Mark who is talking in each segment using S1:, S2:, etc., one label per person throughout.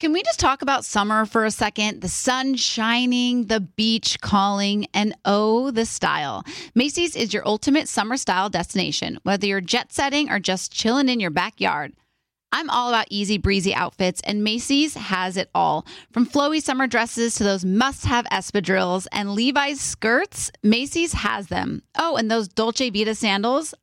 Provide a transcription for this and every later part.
S1: Can we just talk about summer for a second? The sun shining, the beach calling, and oh, the style. Macy's is your ultimate summer style destination, whether you're jet setting or just chilling in your backyard. I'm all about easy breezy outfits, and Macy's has it all. From flowy summer dresses to those must have espadrilles and Levi's skirts, Macy's has them. Oh, and those Dolce Vita sandals,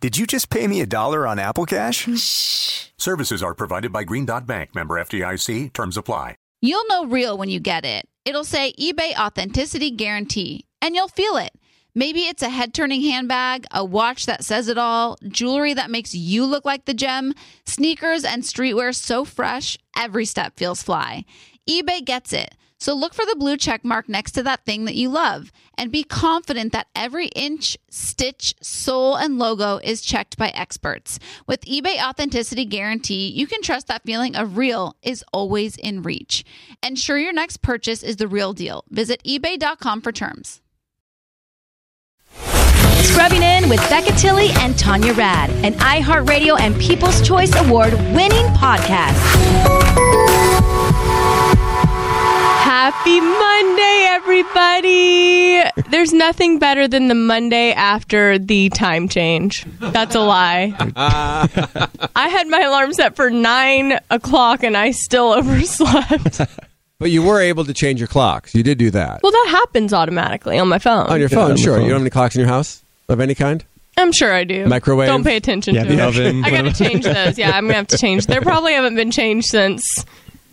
S2: Did you just pay me a dollar on Apple Cash?
S3: Shh.
S4: Services are provided by Green Dot Bank, member FDIC. Terms apply.
S1: You'll know real when you get it. It'll say eBay Authenticity Guarantee, and you'll feel it. Maybe it's a head turning handbag, a watch that says it all, jewelry that makes you look like the gem, sneakers and streetwear so fresh, every step feels fly. eBay gets it. So look for the blue check mark next to that thing that you love and be confident that every inch, stitch, sole, and logo is checked by experts. With eBay Authenticity Guarantee, you can trust that feeling of real is always in reach. Ensure your next purchase is the real deal. Visit eBay.com for terms.
S5: Scrubbing In with Becca Tilly and Tanya Rad, an iHeartRadio and People's Choice Award winning podcast.
S6: Happy Monday, everybody. There's nothing better than the Monday after the time change. That's a lie. I had my alarm set for nine o'clock and I still overslept.
S7: But you were able to change your clocks. You did do that.
S6: Well, that happens automatically on my phone.
S7: on your
S8: Yeah,
S7: phone,
S8: on the
S7: sure.
S8: phone.
S7: You don't have any clocks in your house of any kind?
S6: I'm sure I do.
S7: Microwave?
S6: Don't pay attention
S8: Yeah,
S6: to it.
S8: the oven.
S6: I gotta change those. Yeah, I'm gonna have to change. They probably haven't been changed since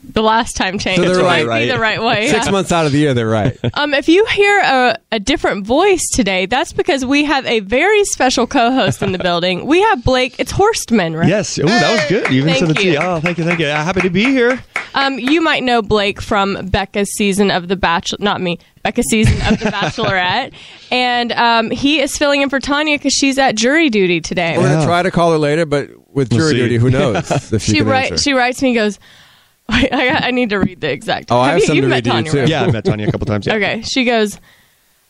S6: the last time changed.
S7: they're
S6: It
S7: right,
S6: might
S8: right?
S6: be the right way.
S7: Six
S6: Oh, yeah.
S7: months out of the year, they're right.
S6: Um, if you hear a, a different voice today, that's because we have a very special co-host in the building. We have Blake. It's Horstman, right?
S8: Yes. Oh, that was good. You even
S6: Thank
S8: sent it to
S6: you.
S8: you. Oh, thank you. Thank you. Uh, Happy to be here.
S6: Um, you might know Blake from Becca's season of The Bachelor. Not me. Becca's season of The Bachelorette, and um, he is filling in for Tanya because she's at jury duty today.
S7: We're going to try to call her later, but with
S8: We'll
S7: jury
S8: see.
S7: duty, who knows if she,
S6: she
S7: can
S6: writes.
S7: answer.
S6: She writes me. and Goes. Wait, I, got, I need to read the exact.
S7: Oh, I have
S6: you,
S7: some
S6: you've
S7: to
S6: met
S7: read to you,
S6: Tanya,
S7: too.
S6: right?
S8: Yeah, I met Tanya a couple times. Yeah.
S6: Okay. She goes.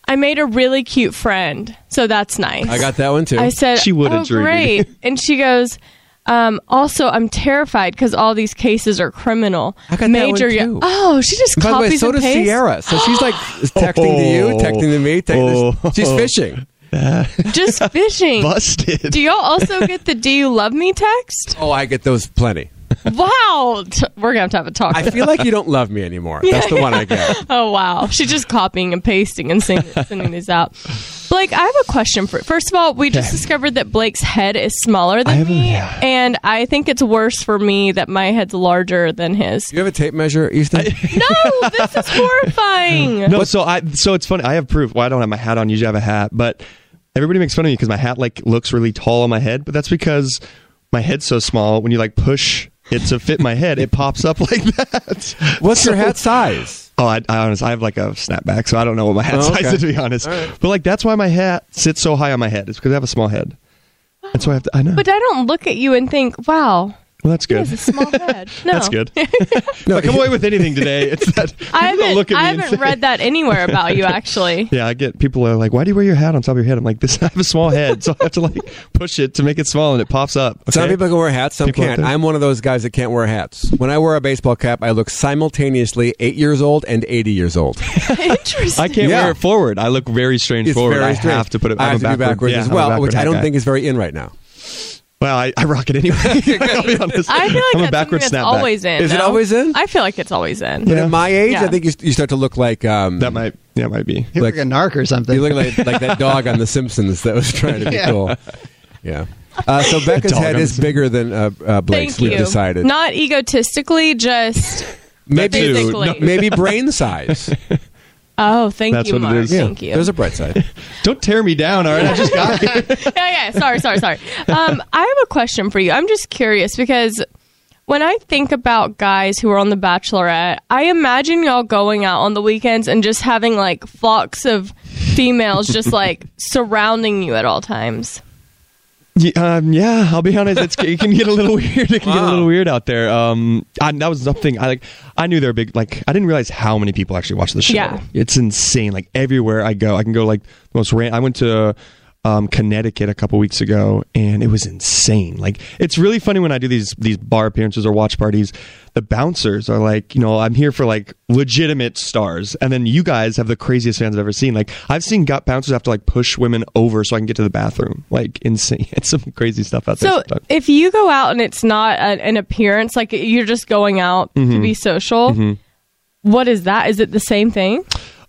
S6: I made a really cute friend, so that's nice.
S7: I got that one, too.
S6: I said
S8: She would
S6: Oh,
S8: at jury
S6: great.
S8: duty."
S6: and she goes. Um, also, I'm terrified because all these cases are criminal.
S7: I got that
S6: Major.
S7: one,
S6: yo-
S7: too.
S6: oh, she just
S7: By the
S6: copies
S7: way, so
S6: and
S7: does
S6: pastes.
S7: Sierra. So she's like texting to you, texting to me. Texting
S8: Oh.
S7: she's fishing.
S6: Just fishing.
S8: Busted.
S6: Do y'all also get the "Do you love me?" text?
S7: Oh, I get those plenty.
S6: Wow, T- we're gonna have to have a talk.
S7: I feel like you don't love me anymore. That's the one I get.
S6: Oh wow, she's just copying and pasting and sending, sending these out. Blake, I have a question for. First of all, we just discovered that Blake's head is smaller
S8: I
S6: than
S8: have a-
S6: me,
S8: yeah.
S6: and I think it's worse for me that my head's larger than his.
S7: Do you have a tape measure, Easton?
S6: no, this is horrifying.
S8: No, so I so it's funny. I have proof. Well, I don't have my hat on. Usually I have a hat, but everybody makes fun of me because my hat like looks really tall on my head. But that's because my head's so small. When you like push it to fit my head, it pops up like that.
S7: What's your
S8: So-
S7: hat size?
S8: Oh, I, I honestly, I have like a snapback, so I don't know what my hat
S7: Oh,
S8: size
S7: okay.
S8: is to be honest.
S7: All right.
S8: But like that's why my hat sits so high on my head. It's because I have a small head, and so I have to. I know.
S6: But I don't look at you and think, "Wow,
S8: Well, that's
S6: He
S8: good.
S6: has a small head. No.
S8: That's good.
S7: No,
S8: if I come away with anything today, it's that
S6: I
S8: people
S6: haven't,
S8: look at me
S6: I
S8: and
S6: haven't
S8: say-
S6: read that anywhere about you, actually.
S8: Yeah, I get people are like, "Why do you wear your hat on top of your head?" I'm like, "This I have a small head, so I have to like push it to make it small, and it pops up." Okay?
S7: Some people can wear hats, some
S8: People out
S7: can't.
S8: there.
S7: I'm one of those guys that can't wear hats. When I wear a baseball cap, I look simultaneously eight years old and 80 years old.
S6: Interesting.
S8: I can't
S7: Yeah.
S8: wear it forward. I look very strange
S7: It's
S8: forward.
S7: very
S8: I
S7: strange.
S8: have to put it.
S7: I
S8: I'm
S7: have
S8: a
S7: to be backwards
S8: yeah,
S7: as
S8: I'm a
S7: well,
S8: backward
S7: which I
S8: hat
S7: don't
S8: guy.
S7: think is very in right now.
S8: Well, I, I rock it anyway. I'll be honest.
S6: I feel like
S8: I'm
S6: that's
S8: a backward
S6: something that's
S8: snapback.
S6: always in.
S7: Is it
S6: no?
S7: always in?
S6: I feel like it's always in.
S7: But at my age,
S6: Yeah.
S7: I think you, you start to look like um,
S8: That might. Yeah, might be.
S9: You look like a narc or something.
S7: you look like, like that dog on The Simpsons that was trying to be
S9: Yeah.
S7: cool. Yeah. Uh, so Becca's
S8: Dog
S7: head
S8: on
S7: is
S8: The
S7: bigger than uh, uh, Blake's.
S6: Thank
S7: We've
S6: you.
S7: decided.
S6: Not egotistically, just
S7: maybe,
S8: too.
S6: physically.
S7: maybe brain size.
S6: oh, thank
S8: That's
S6: you,
S8: what it
S6: Mark.
S8: is. Yeah.
S6: Thank you.
S7: There's a bright side.
S8: Don't tear me down. All right, I just got it.
S6: yeah, yeah. Sorry, sorry, sorry. Um, I have a question for you. I'm just curious because when I think about guys who are on The Bachelorette, I imagine y'all going out on the weekends and just having like flocks of females just like surrounding you at all times.
S8: Yeah, um, yeah, I'll be honest. It's, it can get a little weird. It can get a little weird out there. Um, I, that was something I like. I knew they were big. Like, I didn't realize how many people actually watch the show.
S6: Yeah.
S8: it's insane. Like everywhere I go, I can go like the most. Ran- I went to um, Connecticut a couple weeks ago, and it was insane. Like, it's really funny when I do these these bar appearances or watch parties. The bouncers are like, you know, I'm here for like legitimate stars, and then you guys have the craziest fans I've ever seen. Like, I've seen gut bouncers have to like push women over so I can get to the bathroom. Like, insane. It's some crazy stuff out there.
S6: So
S8: sometimes.
S6: if you go out and it's not a, an appearance, like you're just going out to be social, what is that? Is it the same thing?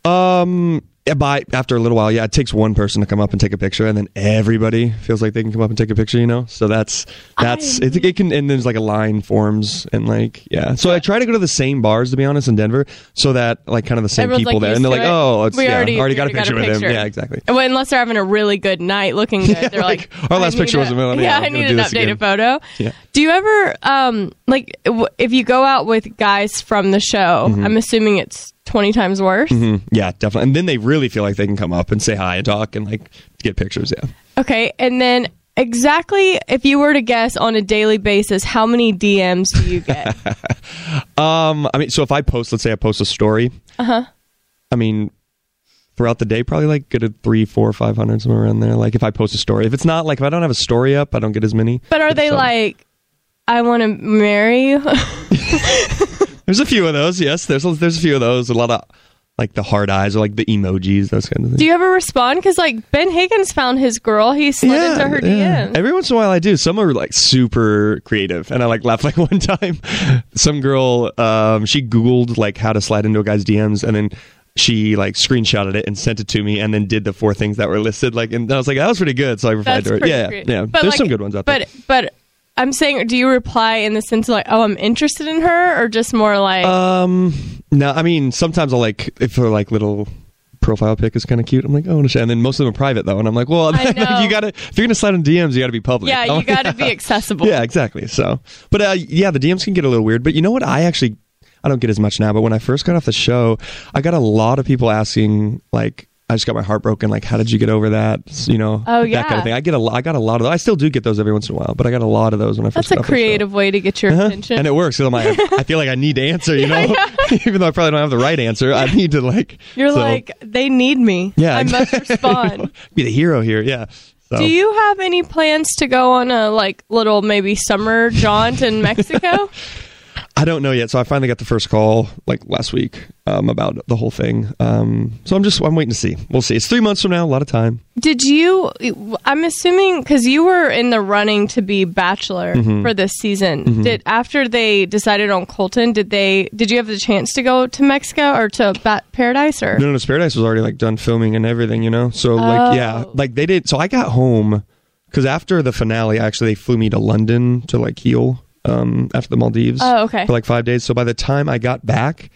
S8: Um, yeah, by after a little while, yeah, it takes one person to come up and take a picture, and then everybody feels like they can come up and take a picture. You know, so that's that's it, it can and there's like a line forms and like yeah. So I try to go to the same bars to be honest in Denver, so that like kind of the same
S6: Everyone's,
S8: people
S6: like,
S8: there,
S6: used
S8: and they're
S6: to
S8: like,
S6: it.
S8: oh, it's,
S6: We
S8: yeah,
S6: already-
S8: already
S6: we
S8: got a
S6: already got
S8: picture
S6: a
S8: with him.
S6: picture.
S8: Yeah, exactly.
S6: Well, unless they're having a really good night, looking good, they're like,
S8: like, our last
S6: I need
S8: picture
S6: a-
S8: wasn't really-
S6: Yeah,
S8: I'm
S6: I
S8: gonna
S6: need
S8: do
S6: an
S8: this again.
S6: updated photo.
S8: Yeah.
S6: Do you ever um like w- if you go out with guys from the show?
S8: Mm-hmm.
S6: I'm assuming it's twenty times worse.
S8: Mm, yeah, definitely. And then they really feel like they can come up and say hi and talk and like get pictures. Yeah.
S6: Okay, and then exactly if you were to guess on a daily basis, how many DMs do you get?
S8: Um, I mean, so if I post, let's say I post a story. Uh huh.
S6: Uh-huh.
S8: I mean, throughout the day, probably like good at three, four, five hundred somewhere around there. Like if I post a story, if it's not like if I don't have a story up, I don't get as many.
S6: but are
S8: If
S6: they
S8: so-
S6: like? I want to marry you.
S8: There's a few of those. Yes, there's a- there's a few of those. A lot of like the hard eyes or like the emojis, those kind of things.
S6: Do you ever respond? Because like Ben Higgins found his girl, he slid into her
S8: yeah.
S6: DMs.
S8: Every once in a while, I do. Some are like super creative, and I like laugh. Like one time, some girl, um, she googled like how to slide into a guy's DMs, and then she like screenshotted it and sent it to me, and then did the four things that were listed. Like, and I was like, that was pretty good. So I replied
S6: That's
S8: to her.
S6: pretty
S8: Yeah,
S6: great.
S8: yeah.
S6: But,
S8: There's
S6: like-
S8: some good ones out
S6: but, But I'm saying, do you reply in the sense of like, oh, I'm interested in her, or just more like,
S8: there. Um, no, I mean sometimes I'll like if her like little. Profile pic is kind of cute. I'm like, oh, no shit. and then most of them are private though, and I'm like, well,
S6: I
S8: like,
S6: know.
S8: you gotta if you're gonna slide in DMs, you gotta be public.
S6: yeah,
S8: I'm
S6: you
S8: like,
S6: got to be accessible.
S8: Yeah, exactly. So, but uh, yeah, the DMs can get a little weird. But you know what? I actually, I don't get as much now. But when I first got off the show, I got a lot of people asking, like, I just got my heart broken. Like, how did you get over that? S- You know,
S6: Oh, yeah.
S8: that kind of thing. I get a, lo- I got a lot of. I still do get those every once in a while, but I got a lot of those when I first.
S6: That's a
S8: got off the show.
S6: creative way to get your
S8: Uh-huh.
S6: attention.
S8: And it works. 'cause I'm like, I I feel like I need to answer, you know, even though I probably don't have the right answer. I need to like.
S6: You're
S8: so-
S6: like, they need me.
S8: Yeah,
S6: I must respond.
S8: be the hero here. Yeah. So.
S6: Do you have any plans to go on a like little maybe summer jaunt in Mexico?
S8: I don't know yet. So I finally got the first call like last week um, about the whole thing. Um, so I'm just I'm waiting to see. We'll see. It's three months from now. A lot of time.
S6: Did you? I'm assuming because you were in the running to be Bachelor
S8: Mm-hmm.
S6: for this season. Did after they decided on Colton, did they? Did you have the chance to go to Mexico or to Bat Paradise or?
S8: No, no, no, Paradise was already like done filming and everything. You know. So like
S6: Oh.
S8: yeah, like they did. So I got home because after the finale, actually they flew me to London to like heal um, after the Maldives.
S6: Oh, okay.
S8: For like five days. So by the time I got back.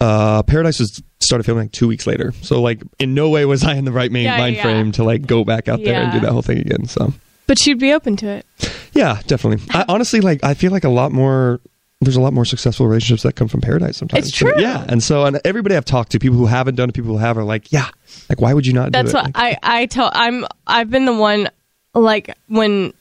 S8: Uh, Paradise was started filming like two weeks later, so like in no way was I in the right main
S6: Yeah, yeah,
S8: mind
S6: yeah.
S8: frame to like go back out there and do
S6: Yeah.
S8: that whole thing again. So
S6: But you'd be open to it.
S8: Yeah, definitely.
S6: Ah.
S8: I, honestly, like I feel like a lot more. There's a lot more successful relationships that come from paradise sometimes.
S6: It's
S8: So,
S6: true.
S8: yeah, and so and everybody I've talked to, people who haven't done it, people who have, are like, yeah, like why would you not?
S6: That's
S8: do it?
S6: what
S8: Like,
S6: I I tell. I'm I've been the one like when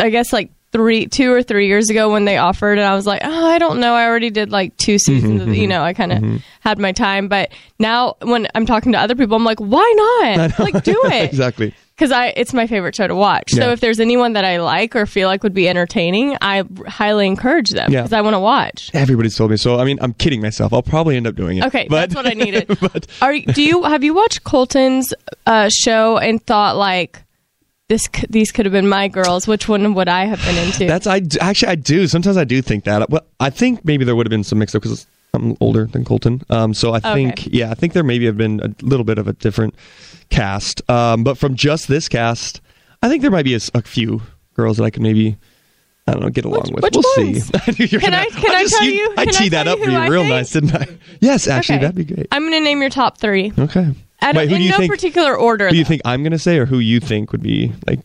S6: I guess like three, two or three years ago when they offered, and I was like, oh, I don't know. I already did like
S8: Mm-hmm,
S6: two seasons. of, you know, I kind of had my time. But now when I'm talking to other people, I'm like, why not? Like, do it
S8: exactly.
S6: because I it's my favorite show to watch. So
S8: Yeah.
S6: if there's anyone that I like or feel like would be entertaining, I highly encourage them
S8: Yeah.
S6: because I want to watch.
S8: Everybody's told me so. I mean, I'm kidding myself. I'll probably end up doing it.
S6: Okay,
S8: but
S6: that's what I needed.
S8: but-
S6: Are you- do you have you watched Colton's uh, show and thought like this? c- These could have been my girls. Which one would I have been into?
S8: that's I d- actually I do. Sometimes I do think that. Well, I think maybe there would have been some mix up because I'm older than Colton. Um, so I think yeah, I think there maybe have been a little bit of a different cast. Um, but from just this cast, I think there might be a, s- a few girls that I could maybe. I don't know. Get along with.
S6: which
S8: we'll
S6: ones?
S8: see. You're
S6: Can I- can I tell you-
S8: I
S6: can I
S8: teed
S6: tell
S8: that up
S6: you
S8: for
S6: who
S8: you
S6: I
S8: real
S6: think?
S8: nice, didn't I? Yes, actually,
S6: Okay.
S8: that'd be great.
S6: I'm gonna name your top three.
S8: okay.
S6: I don't,
S8: Wait, who
S6: in
S8: do you
S6: no
S8: think?
S6: particular order.
S8: who you
S6: though.
S8: think I'm gonna say, or who you think would be like?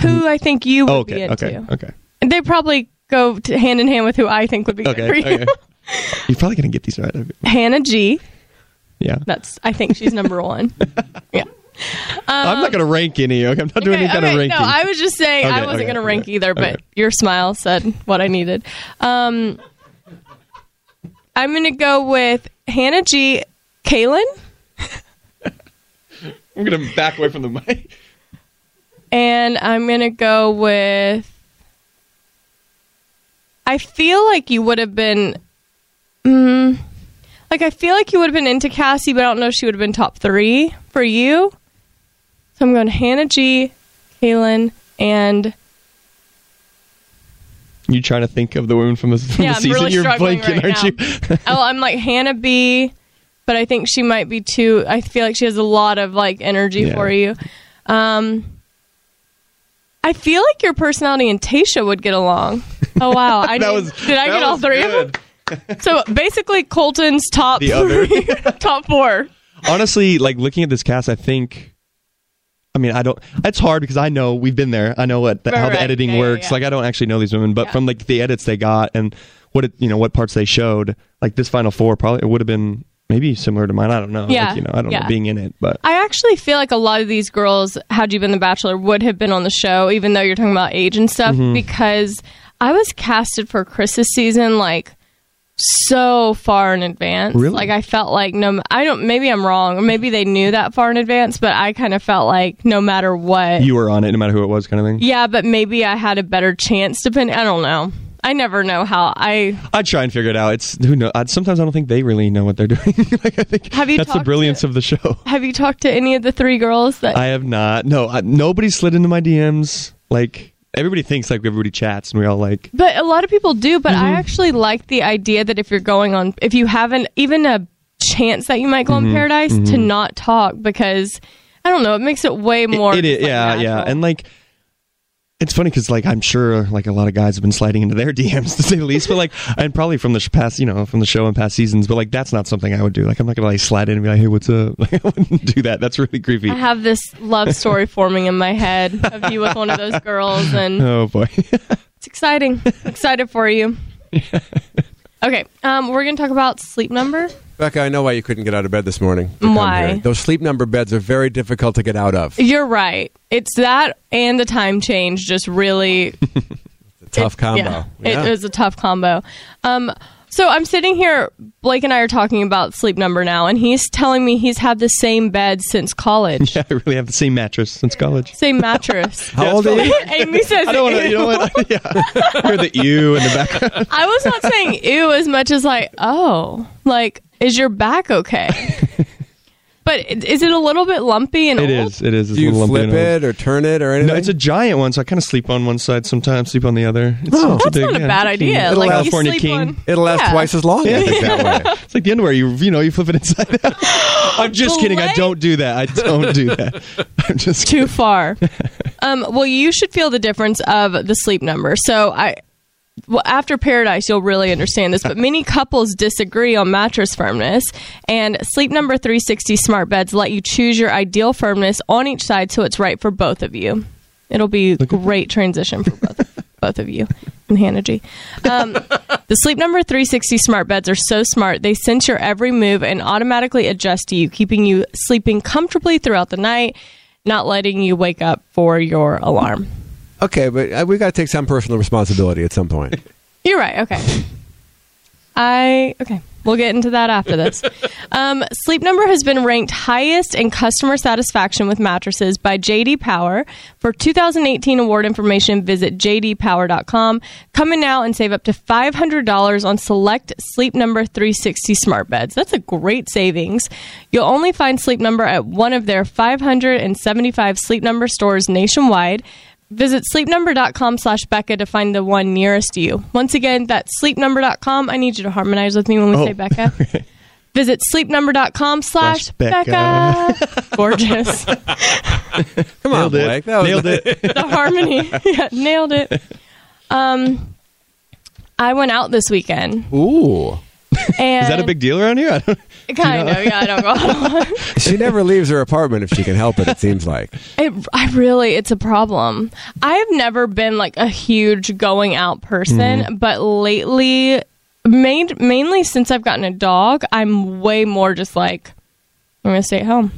S6: who I think you would
S8: Oh,
S6: be
S8: okay,
S6: into.
S8: okay, okay,
S6: And they probably go t hand in hand with who I think would be good
S8: okay,
S6: for you.
S8: okay. You're probably gonna get these right.
S6: Hannah G.
S8: Yeah.
S6: That's I think she's number one. Yeah.
S8: I'm not gonna rank any. Okay, I'm not doing any kind of ranking.
S6: Um, No, I was just saying I
S8: Okay,
S6: wasn't
S8: okay,
S6: going to rank
S8: okay,
S6: either, but
S8: okay.
S6: your smile said what I needed. Um, I'm going to go with Hannah G. Kalen
S8: am gonna back away from the mic.
S6: and I'm gonna go with. I feel like you would have been, mm, like I feel like you would have been into Cassie, but I don't know if she would have been top three for you. So I'm going Hannah G, Kaylin, and
S8: You trying to think of the women from the, from
S6: Yeah,
S8: the
S6: I'm
S8: season?
S6: really
S8: You're
S6: struggling
S8: blanking,
S6: right
S8: aren't you?
S6: oh, I'm like Hannah B, but I think she might be too. I feel like she has a lot of like energy
S8: Yeah.
S6: for you. Um, I feel like your personality and Tasha would get along. Oh wow, I
S8: That
S6: did,
S8: was-
S6: did I
S8: that
S6: get all
S8: was
S6: three of
S8: good.
S6: them? So basically, Colton's top
S8: The other.
S6: three, top four.
S8: Honestly, like looking at this cast, I think. I mean, I don't. It's hard because I know we've been there. I know what the,
S6: Right,
S8: how the
S6: right.
S8: editing
S6: Yeah, yeah,
S8: works.
S6: yeah.
S8: Like, I don't actually know these women, but from like the edits they got and what it, you know, what parts they showed, like this final four probably it would have been maybe similar to mine. I don't know.
S6: Yeah,
S8: Like, you know, I don't
S6: yeah.
S8: know being in it, but
S6: I actually feel like a lot of these girls, had you been The Bachelor, would have been on the show, even though you're talking about age and stuff,
S8: Mm-hmm.
S6: because I was casted for Chris's season like so far in advance.
S8: Really?
S6: Like I felt like no, I don't. Maybe I'm wrong, or maybe they knew that far in advance, but I kind of felt like no matter what,
S8: you were on it no matter who it was, kind of thing.
S6: yeah. But maybe I had a better chance. Depending, I don't know. I never know how I
S8: I try and figure it out. It's who know. I, sometimes I don't think they really know what they're doing. like I think
S6: Have you
S8: that's the
S6: talked
S8: brilliance of the show.
S6: have. You talked to any of the three girls that
S8: I have not. No, I, nobody slid into my DMs. Like everybody thinks, like everybody chats, and we all like.
S6: But a lot of people do. But
S8: Mm-hmm.
S6: I actually like the idea that if you're going on, if you haven't even a chance that you might go
S8: Mm-hmm.
S6: on Paradise, to not talk because I don't know, it makes it way more.
S8: it, it,
S6: just, like,
S8: yeah, yeah,
S6: natural.
S8: and like. It's funny because like I'm sure like a lot of guys have been sliding into their DMs to say the least, but like and probably from the sh- past you know from the show and past seasons, but like that's not something I would do. Like I'm not gonna like slide in and be like, hey, what's up? Like I wouldn't do that. That's really creepy.
S6: I have this love story forming in my head of you with one of those girls, and
S8: Oh boy.
S6: it's exciting. Excited for you. Okay, um, we're gonna talk about sleep number.
S7: Becca, I know why you couldn't get out of bed this morning. to come
S6: Why?
S7: here. Those sleep number beds are very difficult to get out of.
S6: You're right. It's that and the time change just really
S7: Tough combo.
S6: It is a tough combo. Um, so I'm sitting here, Blake and I are talking about sleep number now, and he's telling me he's had the same bed since college,
S8: Yeah, I really have the same mattress since college.
S6: same mattress.
S7: How old are you?
S6: Amy says,
S8: I don't want to, you know what? Yeah. Hear the ew in the back.
S6: I was not saying ew as much as like, oh, like, is your back okay? but i- is it a little bit lumpy and
S8: It
S6: old?
S8: is. It is. It's
S7: Do
S8: a
S7: you
S8: little lumpy
S7: flip it
S8: and old.
S7: or turn it or anything?
S8: No, it's a giant one, so I kind of sleep on one side sometimes, sleep on the other. It's, oh,
S6: That's not a bad idea.
S7: It'll
S6: Like
S7: last-
S6: you
S8: California
S6: sleep
S8: king.
S6: on-
S7: It'll last
S6: Yeah.
S7: twice as long. I think that way.
S8: It's like the underwear. You you know you flip it inside out. I'm just kidding. I
S6: Blake.
S8: don't do that. I don't do that. I'm just
S6: too far. um, well, you should feel the difference of the sleep number. So I. Well, after paradise, you'll really understand this, but many couples disagree on mattress firmness. And Sleep Number 360 smart beds let you choose your ideal firmness on each side so it's right for both of you. It'll be a great transition for both, both of you and Hannah G. The Sleep Number 360 smart beds are so smart, they sense your every move and automatically adjust to you, keeping you sleeping comfortably throughout the night, not letting you wake up for your alarm.
S7: Okay, but uh, we got to take some personal responsibility at some point.
S6: You're right. Okay. I okay. We'll get into that after this. Um, Sleep Number has been ranked highest in customer satisfaction with mattresses by JD Power. For 2018 award information, visit jdpower.com. Come in now and save up to $500 on select Sleep Number 360 smart beds. That's a great savings. You'll only find Sleep Number at one of their 575 Sleep Number stores nationwide. Visit sleepnumber.com slash Becca to find the one nearest you. Once again, that's sleepnumber.com. I need you to harmonize with me when we say Becca. Visit sleepnumber.com slash
S8: Slash Becca.
S6: Becca. Gorgeous. the
S7: Come on,
S8: Nailed it.
S7: Blake. That was-
S8: Nailed it.
S6: harmony. Yeah, nailed it. Um, I went out this weekend.
S7: Ooh.
S6: And
S8: Is that a big deal around here? I don't-
S6: Kind of. Yeah, I don't go out a lot.
S7: She never leaves her apartment if she can help it, it seems like.
S6: It, I really, it's a problem. I have never been like a huge going out person,
S8: Mm-hmm.
S6: but lately, made, mainly since I've gotten a dog, I'm way more just like, I'm going to stay at home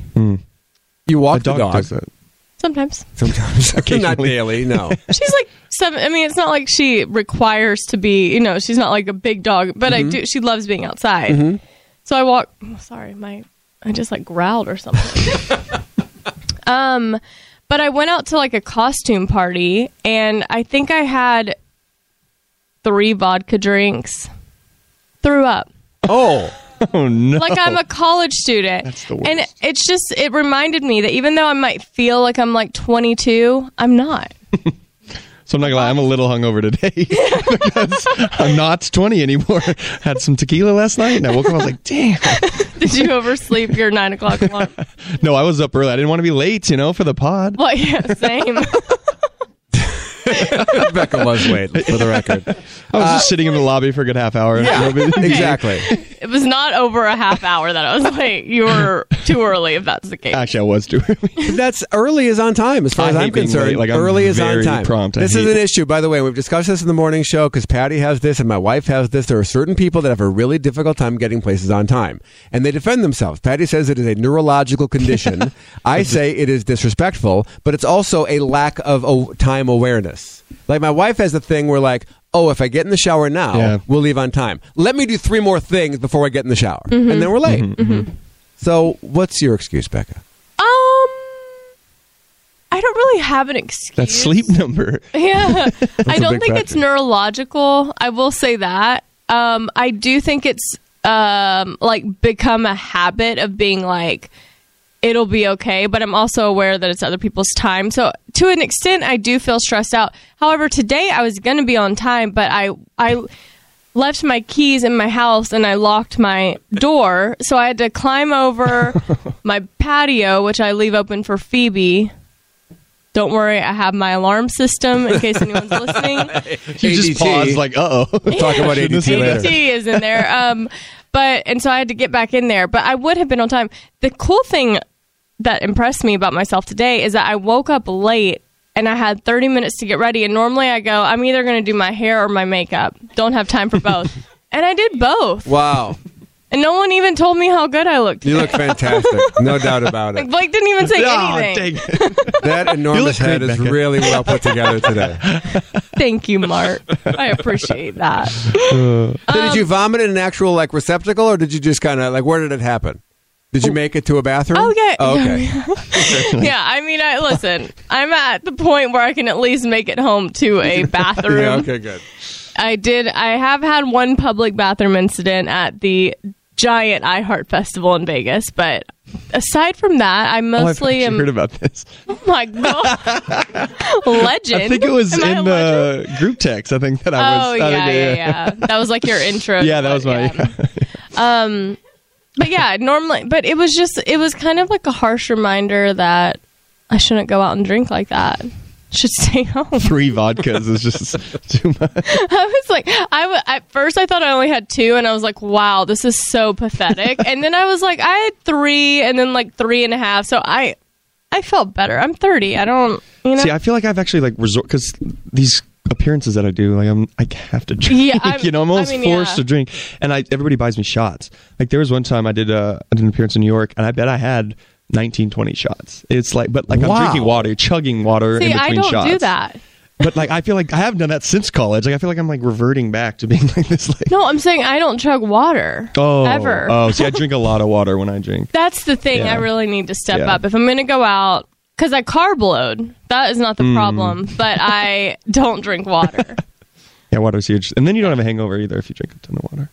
S7: You walk
S8: A dog
S7: Hmm. the dog
S8: does that.
S6: sometimes.
S7: sometimes. Not
S8: Occasionally.
S7: daily, no.
S6: She's like, seven, I mean, it's not like she requires to be, you know, she's not like a big dog, but
S8: Mm-hmm.
S6: I do, she loves being outside. So I walk, oh, sorry, my, I just like growled or something. um, but I went out to like a costume party and I think I had three vodka drinks, threw up.
S7: Oh.
S8: Oh no!
S6: Like I'm a college student. That's
S8: the worst.
S6: And it's just, it reminded me that even though I might feel like I'm like 22, I'm not.
S8: so I'm not gonna lie. I'm a little hungover today because I'm not 20 anymore. Had some tequila last night, and I woke up. I was like, "Damn!"
S6: Did you oversleep your nine o'clock alarm?
S8: No, I was up early. I didn't want to be late, you know, for the pod.
S6: Well, yeah, same.
S7: Becca was late, for the record.
S8: I was just sitting in the lobby for a good half hour.
S7: Yeah, exactly.
S6: it was not over a half hour that I was late. You were too early, if that's the case.
S8: Actually, I was too early.
S7: That's early is on time as far
S8: I
S7: as
S8: hate
S7: I'm
S8: being
S7: concerned.
S8: late. Like, I'm
S7: early is on
S8: very
S7: time.
S8: prompt. I
S7: This
S8: hate
S7: is an
S8: it.
S7: issue, by the way. We've discussed this in the morning show because Patty has this and my wife has this. There are certain people that have a really difficult time getting places on time, and they defend themselves. Patty says it is a neurological condition. I say it is disrespectful, but it's also a lack of o- time awareness. Like my wife has the thing where like. Oh, if I get in the shower now,
S8: Yeah.
S7: we'll leave on time. Let me do three more things before I get in the shower. And then we're late.
S8: Mm-hmm.
S7: So, what's your excuse, Becca?
S6: Um, I don't really have an excuse.
S8: That's sleep number.
S6: Yeah, I don't
S7: big
S6: think it's
S7: factor.
S6: neurological. I will say that. Um, I do think it's um like become a habit of being like it'll be okay, but I'm also aware that it's other people's time. So to an extent, I do feel stressed out. However, today I was going to be on time, but I I left my keys in my house and I locked my door, so I had to climb over my patio, which I leave open for Phoebe. Don't worry, I have my alarm system in case anyone's listening.
S8: You just paused, like, "Uh oh."
S7: Talk about ADT later.
S6: ADT is in there. Um, but and so I had to get back in there. But I would have been on time. The cool thing that impressed me about myself today is that I woke up late and I had 30 minutes to get ready. And normally I go, I'm either going to do my hair or my makeup. Don't have time for both. and I did both.
S7: Wow.
S6: And no one even told me how good I looked.
S7: You look fantastic. No doubt about it.
S6: Blake didn't even say
S8: Ah,
S6: anything.
S8: dang it.
S7: That
S8: You
S7: enormous
S8: look
S7: head
S8: great,
S7: is
S8: Becca.
S7: really well put together today.
S6: Thank you, Mark. I appreciate that.
S7: So did
S8: Um,
S7: you vomit in an actual like receptacle or did you just kind of like where did it happen? Did you make it to a bathroom?
S6: Oh, yeah.
S7: okay.
S6: Yeah, I mean, I listen. I'm at the point where I can at least make it home to a bathroom.
S7: Yeah, okay, good.
S6: I did. I have had one public bathroom incident at the giant iHeart Festival in Vegas, but aside from that, I
S8: Oh, I've
S6: mostly
S9: um,
S8: actually
S6: am
S8: heard about this.
S6: my god legend.
S8: I think it was
S6: Am I a
S8: in
S6: legend?
S8: the group text. I think that I was.
S6: Oh
S8: I
S6: yeah,
S8: think,
S6: yeah, yeah. That was like your intro.
S8: Yeah, that was my.
S6: Um, but yeah, normally, but it was just, it was kind of like a harsh reminder that I shouldn't go out and drink like that. Should stay home.
S8: three vodkas is just too much.
S6: I was like, I w- at first I thought I only had two, and I was like, wow, this is so pathetic. and then I was like, I had three, and then like three and a half. So I, I felt better. I'm 30. I don't, you know.
S8: See, I feel like I've actually like resort because these appearances that I do, like I'm, I have to drink.
S6: Yeah, I'm-
S8: you know, I'm almost
S6: I mean,
S8: forced
S6: yeah.
S8: to drink, and I everybody buys me shots. Like there was one time I did a I did an appearance in New York, and I bet I had 19, 20 shots. It's like, but like
S7: Wow.
S8: I'm drinking water, chugging water
S6: See,
S8: in
S6: I
S8: between
S6: don't
S8: shots.
S6: do that.
S8: But like I feel like I haven't done that since college. Like I feel like I'm like reverting back to being like this. Like
S6: No, I'm saying I don't chug water.
S8: oh,
S6: Ever.
S8: oh, see, I drink a lot of water when I drink.
S6: That's the thing
S8: Yeah.
S6: I really need to step
S8: Yeah.
S6: up. If I'm going to go out, because I carb load, that is not the
S8: Mm.
S6: problem, but I don't drink water.
S8: Yeah, water's huge, and then you don't have a hangover either if you drink a ton of water.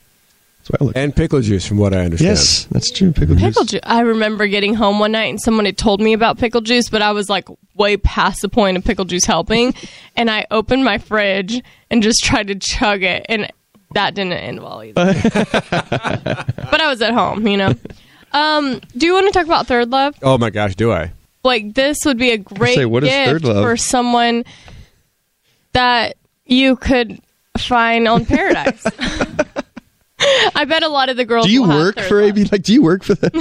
S8: That's why I look.
S7: And pickle juice, from what I understand.
S8: yes, that's true. Pickle,
S6: Pickle
S8: juice.
S6: juice. I remember getting home one night and someone had told me about pickle juice, but I was like way past the point of pickle juice helping. and I opened my fridge and just tried to chug it. And that didn't end well either. but I was at home, you know. Um, do you want to talk about Third Love?
S7: Oh my gosh, do I?
S6: like this would be a great
S8: say, what is
S6: gift
S8: Third Love?
S6: for someone that you could find on Paradise. I bet a lot of the girls.
S8: Do you
S6: will have
S8: work
S6: Third
S8: for
S6: Love.
S8: AB? Like, do you work for the,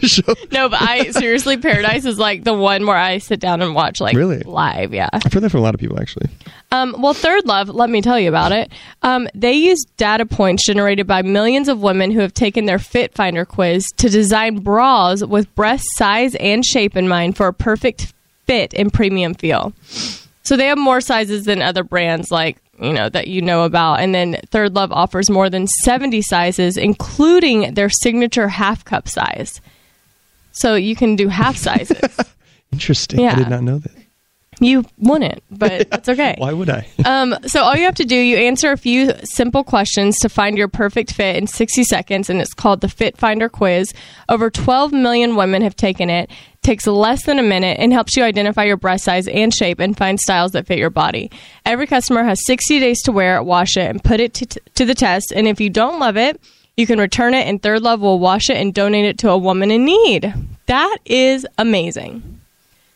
S8: the show?
S6: No, but I seriously, Paradise is like the one where I sit down and watch like
S8: Really?
S6: live. Yeah.
S8: I've heard that from a lot of people actually.
S6: Um, well, Third Love, let me tell you about it. Um, they use data points generated by millions of women who have taken their Fit Finder quiz to design bras with breast size and shape in mind for a perfect fit and premium feel. So they have more sizes than other brands like, you know, that you know about. And then Third Love offers more than 70 sizes, including their signature half cup size. So you can do half sizes.
S8: Interesting.
S6: Yeah.
S8: I did not know that.
S6: you wouldn't, but it's okay.
S8: Why would I?
S6: Um, so all you have to do, you answer a few simple questions to find your perfect fit in 60 seconds, and it's called the Fit Finder Quiz. Over 12 million women have taken it. Takes less than a minute and helps you identify your breast size and shape and find styles that fit your body. Every customer has 60 days to wear it, wash it, and put it to, to the test. And if you don't love it, you can return it, and Third Love will wash it and donate it to a woman in need. That is amazing.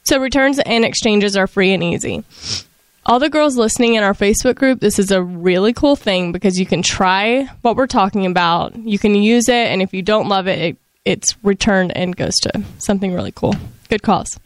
S6: So returns and exchanges are free and easy all the girls listening in our Facebook group, this is a really cool thing because you can try what we're talking about. You can use it, and if you don't love it, it it's returned and goes to something really cool. Good cause.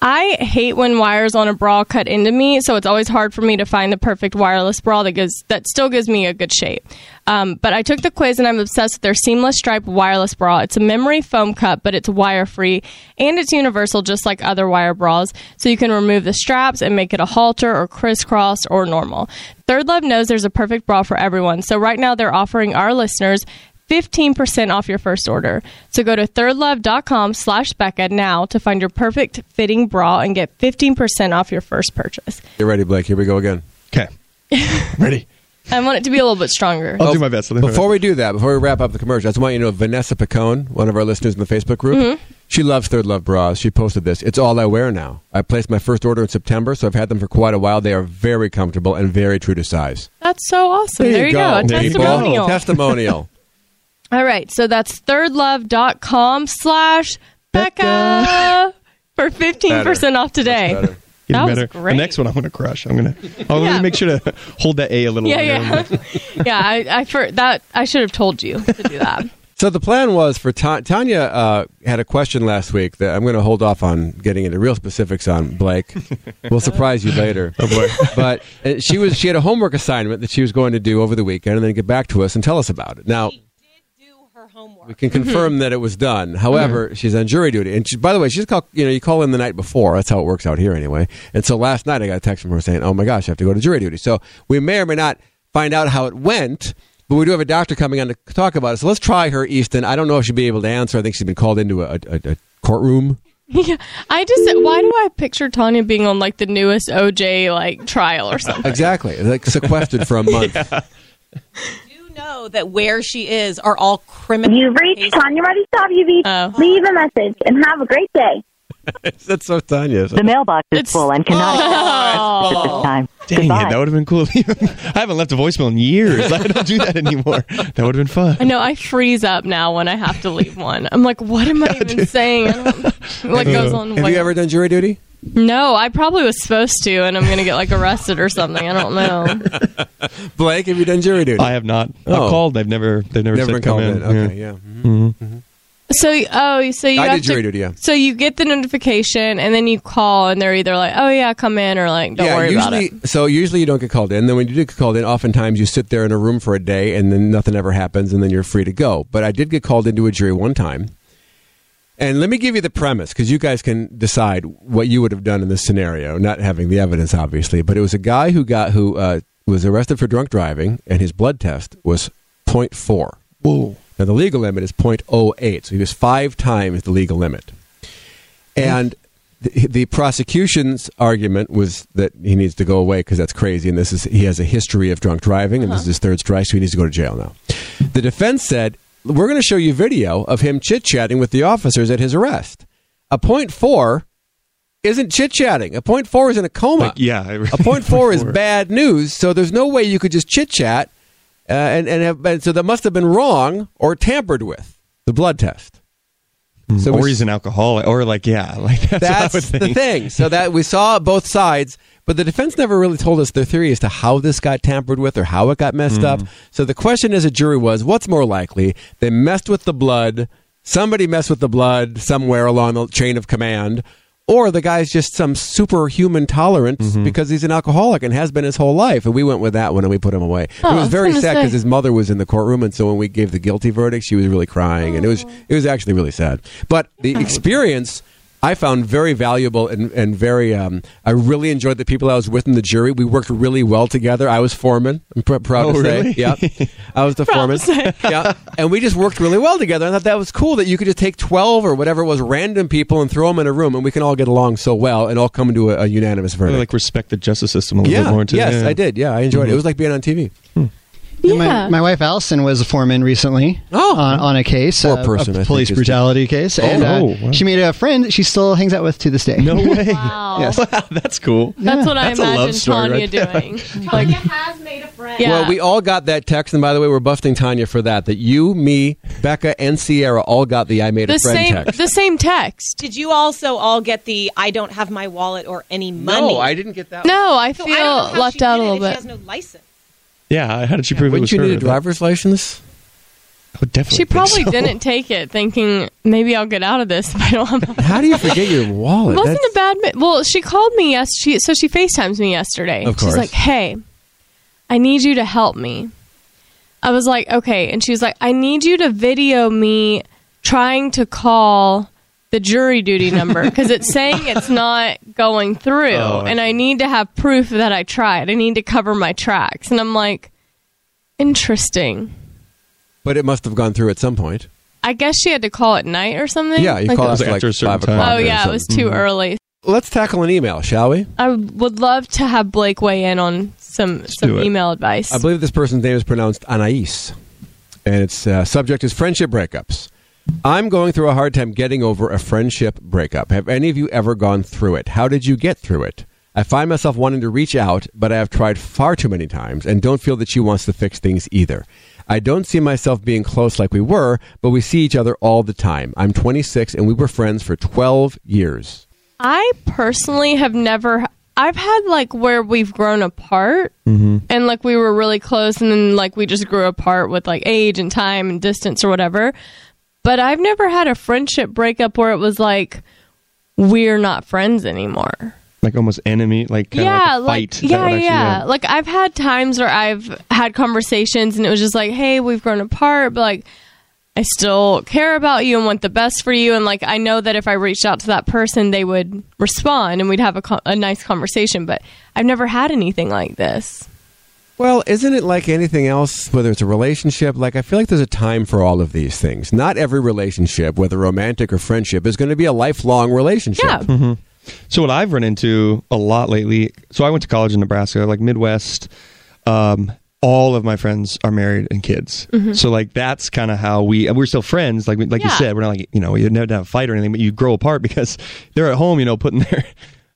S6: I hate when wires on a bra cut into me, so it's always hard for me to find the perfect wireless bra that gives that still gives me a good shape. Um, but I took the quiz and I'm obsessed with their seamless stripe wireless bra. It's a memory foam cup, but it's wire free and it's universal, just like other wire bras. So you can remove the straps and make it a halter or crisscross or normal. Third Love knows there's a perfect bra for everyone, so right now they're offering our listeners 15% off your first order. So go to thirdlove.com slash Becca now to find your perfect fitting bra and get 15% off your first purchase.
S7: Get ready, Blake. Here we go again.
S8: Okay. Ready?
S6: I want it to be a little bit stronger.
S7: Oh.
S8: I'll do my best. I'll do my
S7: Before we do that, before we wrap up the commercial, I just want you to know Vanessa Picone, one of our listeners in the Facebook group,
S8: Mm-hmm.
S7: she loves Third Love bras. She posted this. It's all I wear now. I placed my first order in September, so I've had them for quite a while. They are very comfortable and very true to size.
S6: That's so awesome. There, you go. A
S8: There you go.
S6: testimonial.
S7: Testimonial.
S6: All right. So that's thirdlove.com slash Becca for 15% off today.
S7: Better.
S8: Even
S6: That was
S8: better.
S6: great.
S8: The next one I'm going to crush. I'm going to I'll
S6: Yeah.
S8: make sure to hold that A a little
S6: Yeah,
S8: longer.
S6: yeah. yeah, I, I for, that I should have told you to do that.
S7: So the plan was for Ta- Tanya uh, had a question last week that I'm going to hold off on getting into real specifics on Blake. we'll surprise you later. Oh boy! but uh, she was she had a homework assignment that she was going to do over the weekend and then get back to us and tell us about it. Now we can confirm that it was done. However, she's on jury duty, and she, by the way, she's called. You know, you call in the night before. That's how it works out here, anyway. And so last night, I got a text from her saying, "Oh my gosh, I have to go to jury duty." So we may or may not find out how it went, but we do have a doctor coming on to talk about it. So let's try her, Easton. I don't know if she'll be able to answer. I think she's been called into a, a, a courtroom.
S6: I just why do I picture Tanya being on like the newest OJ like trial or something?
S7: Exactly, like sequestered for a month.
S9: do know that where she is are all criminal.
S10: You've reached
S9: cases.
S10: Tanya Marty Savia Beach.
S6: Oh.
S10: Leave a message and have a great day.
S7: That's so Tanya.
S11: The mailbox is
S6: It's-
S11: full and cannot accept messages at this time.
S8: Dang
S11: Goodbye.
S8: it, that would have been cool. if you- I haven't left a voicemail in years. I don't do that anymore. That would have been fun.
S6: I know I freeze up now when I have to leave one. I'm like, what am I even saying? I don't, what goes on?
S7: Have
S6: what-
S7: you ever done jury duty?
S6: No, I probably was supposed to, and I'm gonna get like arrested or something. I don't know.
S7: Blake, have you done jury duty?
S8: I have not.
S7: Oh.
S8: I've called. They've never. They've never,
S7: Never
S8: said
S7: been called
S8: come in.
S7: in. Okay, yeah.
S6: So oh, so you
S7: I
S6: have
S7: did
S6: to,
S7: jury duty, yeah.
S6: So you get the notification, and then you call, and they're either like, oh yeah, come in, or like, don't worry
S7: usually,
S6: about it.
S7: So usually you don't get called in. Then when you do get called in, oftentimes you sit there in a room for a day and then nothing ever happens and then you're free to go. But I did get called into a jury one time And let me give you the premise because you guys can decide what you would have done in this scenario, not having the evidence, obviously. But it was a guy who got who uh, was arrested for drunk driving, and his blood test was 0.4. Whoa! Now the legal limit is 0.08, so he was five times the legal limit. And the, the prosecution's argument was that he needs to go away because that's crazy, and this is he has a history of drunk driving, and this is his third strike, so he needs to go to jail now. The defense said, "We're going to show you video of him chit chatting with the officers at his arrest." A point four isn't chit chatting. A point four is in a coma.
S8: yeah, I
S7: a point four is bad news. So there's no way you could just chit chat, uh, and and, have, and so that must have been wrong or tampered with the blood test. So
S8: or
S7: we-
S8: he's an alcoholic, or like yeah, like that's, what I
S7: that's
S8: would
S7: the
S8: think.
S7: thing. So that we saw both sides, but the defense never really told us their theory as to how this got tampered with or how it got messed up.
S8: Mm-hmm.
S7: So the question as a jury was, what's more likely? They messed with the blood. Somebody messed with the blood somewhere along the chain of command, or the guy's just some superhuman tolerance
S8: Mm-hmm.
S7: because he's an alcoholic and has been his whole life. And we went with that one and we put him away.
S12: Oh,
S7: it
S12: I
S7: was
S12: was
S7: very
S12: gonna
S7: sad because
S12: say.
S7: his mother was in the courtroom, and so when we gave the guilty verdict, she was really crying, and it was it was actually really sad. But the experience I found very valuable and and very um, I really enjoyed the people I was with in the jury. We worked really well together. I was foreman. I'm pr- proud
S8: Oh,
S7: to say,
S8: really?
S7: yeah, I was the foreman. yeah, and we just worked really well together. I thought that was cool that you could just take twelve or whatever it was random people and throw them in a room, and we can all get along so well and all come into a, a unanimous verdict.
S8: like respect the justice system a little
S7: yeah,
S8: bit more too.
S7: yes,
S8: yeah. Mm-hmm.
S7: I did. Yeah, I enjoyed it. It was like being on TV.
S13: My, my wife Allison was a foreman recently
S8: Oh.
S13: on, on a case,
S7: Poor
S13: uh,
S7: person, I
S13: a
S7: think
S13: police
S7: is the-
S13: brutality case,
S7: Oh,
S13: and uh,
S7: oh, wow.
S13: she made a friend that she still hangs out with to this day.
S8: No way!
S13: Yes.
S8: that's cool.
S6: That's what I
S8: That's a love
S6: imagine
S8: story
S6: Tanya
S8: right there.
S6: doing. Like, has made a friend. Yeah.
S7: Well, we all got that text, and by the way, we're busting Tanya for that. That you, me, Becca, and Sierra all got the "I made
S6: the
S7: a friend"
S6: same
S7: text.
S6: the same text.
S9: Did you also all get the I don't have my wallet or any money?
S7: I didn't get that.
S6: No, I feel
S9: So I don't know how
S6: left
S9: she
S6: out a
S9: did it
S6: little
S9: if She
S6: bit.
S9: has no license.
S8: Yeah, how did she prove
S7: Wouldn't
S8: it was
S7: you
S8: her?
S7: need a driver's license?
S8: I would definitely.
S6: She
S8: think
S6: probably
S8: so.
S6: didn't take it, thinking maybe I'll get out of this if I don't have. My-
S7: How do you forget your wallet?
S6: it wasn't
S7: That's-
S6: a bad. Mi- well, she called me yes. She so she Facetimes me yesterday.
S7: Of
S6: She's
S7: course.
S6: like, "Hey, I need you to help me." I was like, "Okay," and she was like, "I need you to video me trying to call." The jury duty number because it's saying it's not going through,
S14: Oh, I
S6: and I need to have proof that I tried. I need to cover my tracks, and I'm like, interesting.
S7: but it must have gone through at some point.
S6: I guess she had to call at night or something.
S7: Yeah, you
S6: Like,
S7: call
S6: it was-
S7: us like
S8: after a certain
S7: five
S8: time.
S7: o'clock.
S6: Oh
S7: or
S6: yeah, it was
S7: something. Mm-hmm.
S6: too early.
S7: Let's tackle an email, shall we?
S6: I would love to have Blake weigh in on some some
S7: do it. Uh,
S6: email advice.
S7: I believe this person's name is pronounced Anais, and its uh, subject is friendship breakups. I'm going through a hard time getting over a friendship breakup. Have any of you ever gone through it? How did you get through it? I find myself wanting to reach out, but I have tried far too many times and don't feel that she wants to fix things either. I don't see myself being close like we were, but we see each other all the time. I'm 26 and we were friends for 12 years.
S6: I personally have never. I've had like where we've grown apart,
S7: Mm-hmm.
S6: and like we were really close, and then like we just grew apart with like age and time and distance or whatever. But I've never had a friendship breakup where it was like we're not friends anymore.
S8: like almost enemy, like kinda
S6: yeah,
S8: like, a fight. Is that
S6: yeah,
S8: what actually-
S6: yeah. Like I've had times where I've had conversations and it was just like, hey, we've grown apart, but like I still care about you and want the best for you, and like I know that if I reached out to that person, they would respond and we'd have a, co- a nice conversation. But I've never had anything like this.
S7: Well, isn't it like anything else, whether it's a relationship? Like, I feel like there's a time for all of these things. Not every relationship, whether romantic or friendship, is going to be a lifelong relationship.
S6: Yeah.
S8: So what I've run into a lot lately. So I went to college in Nebraska, like Midwest. Um, all of my friends are married and kids.
S6: Mm-hmm.
S15: Mhm.
S8: So like that's kind of how we and we're still friends. Like we, like you
S15: Yeah.
S8: said, we're not like you know you never have a fight or anything, but you grow apart because they're at home, you know, putting their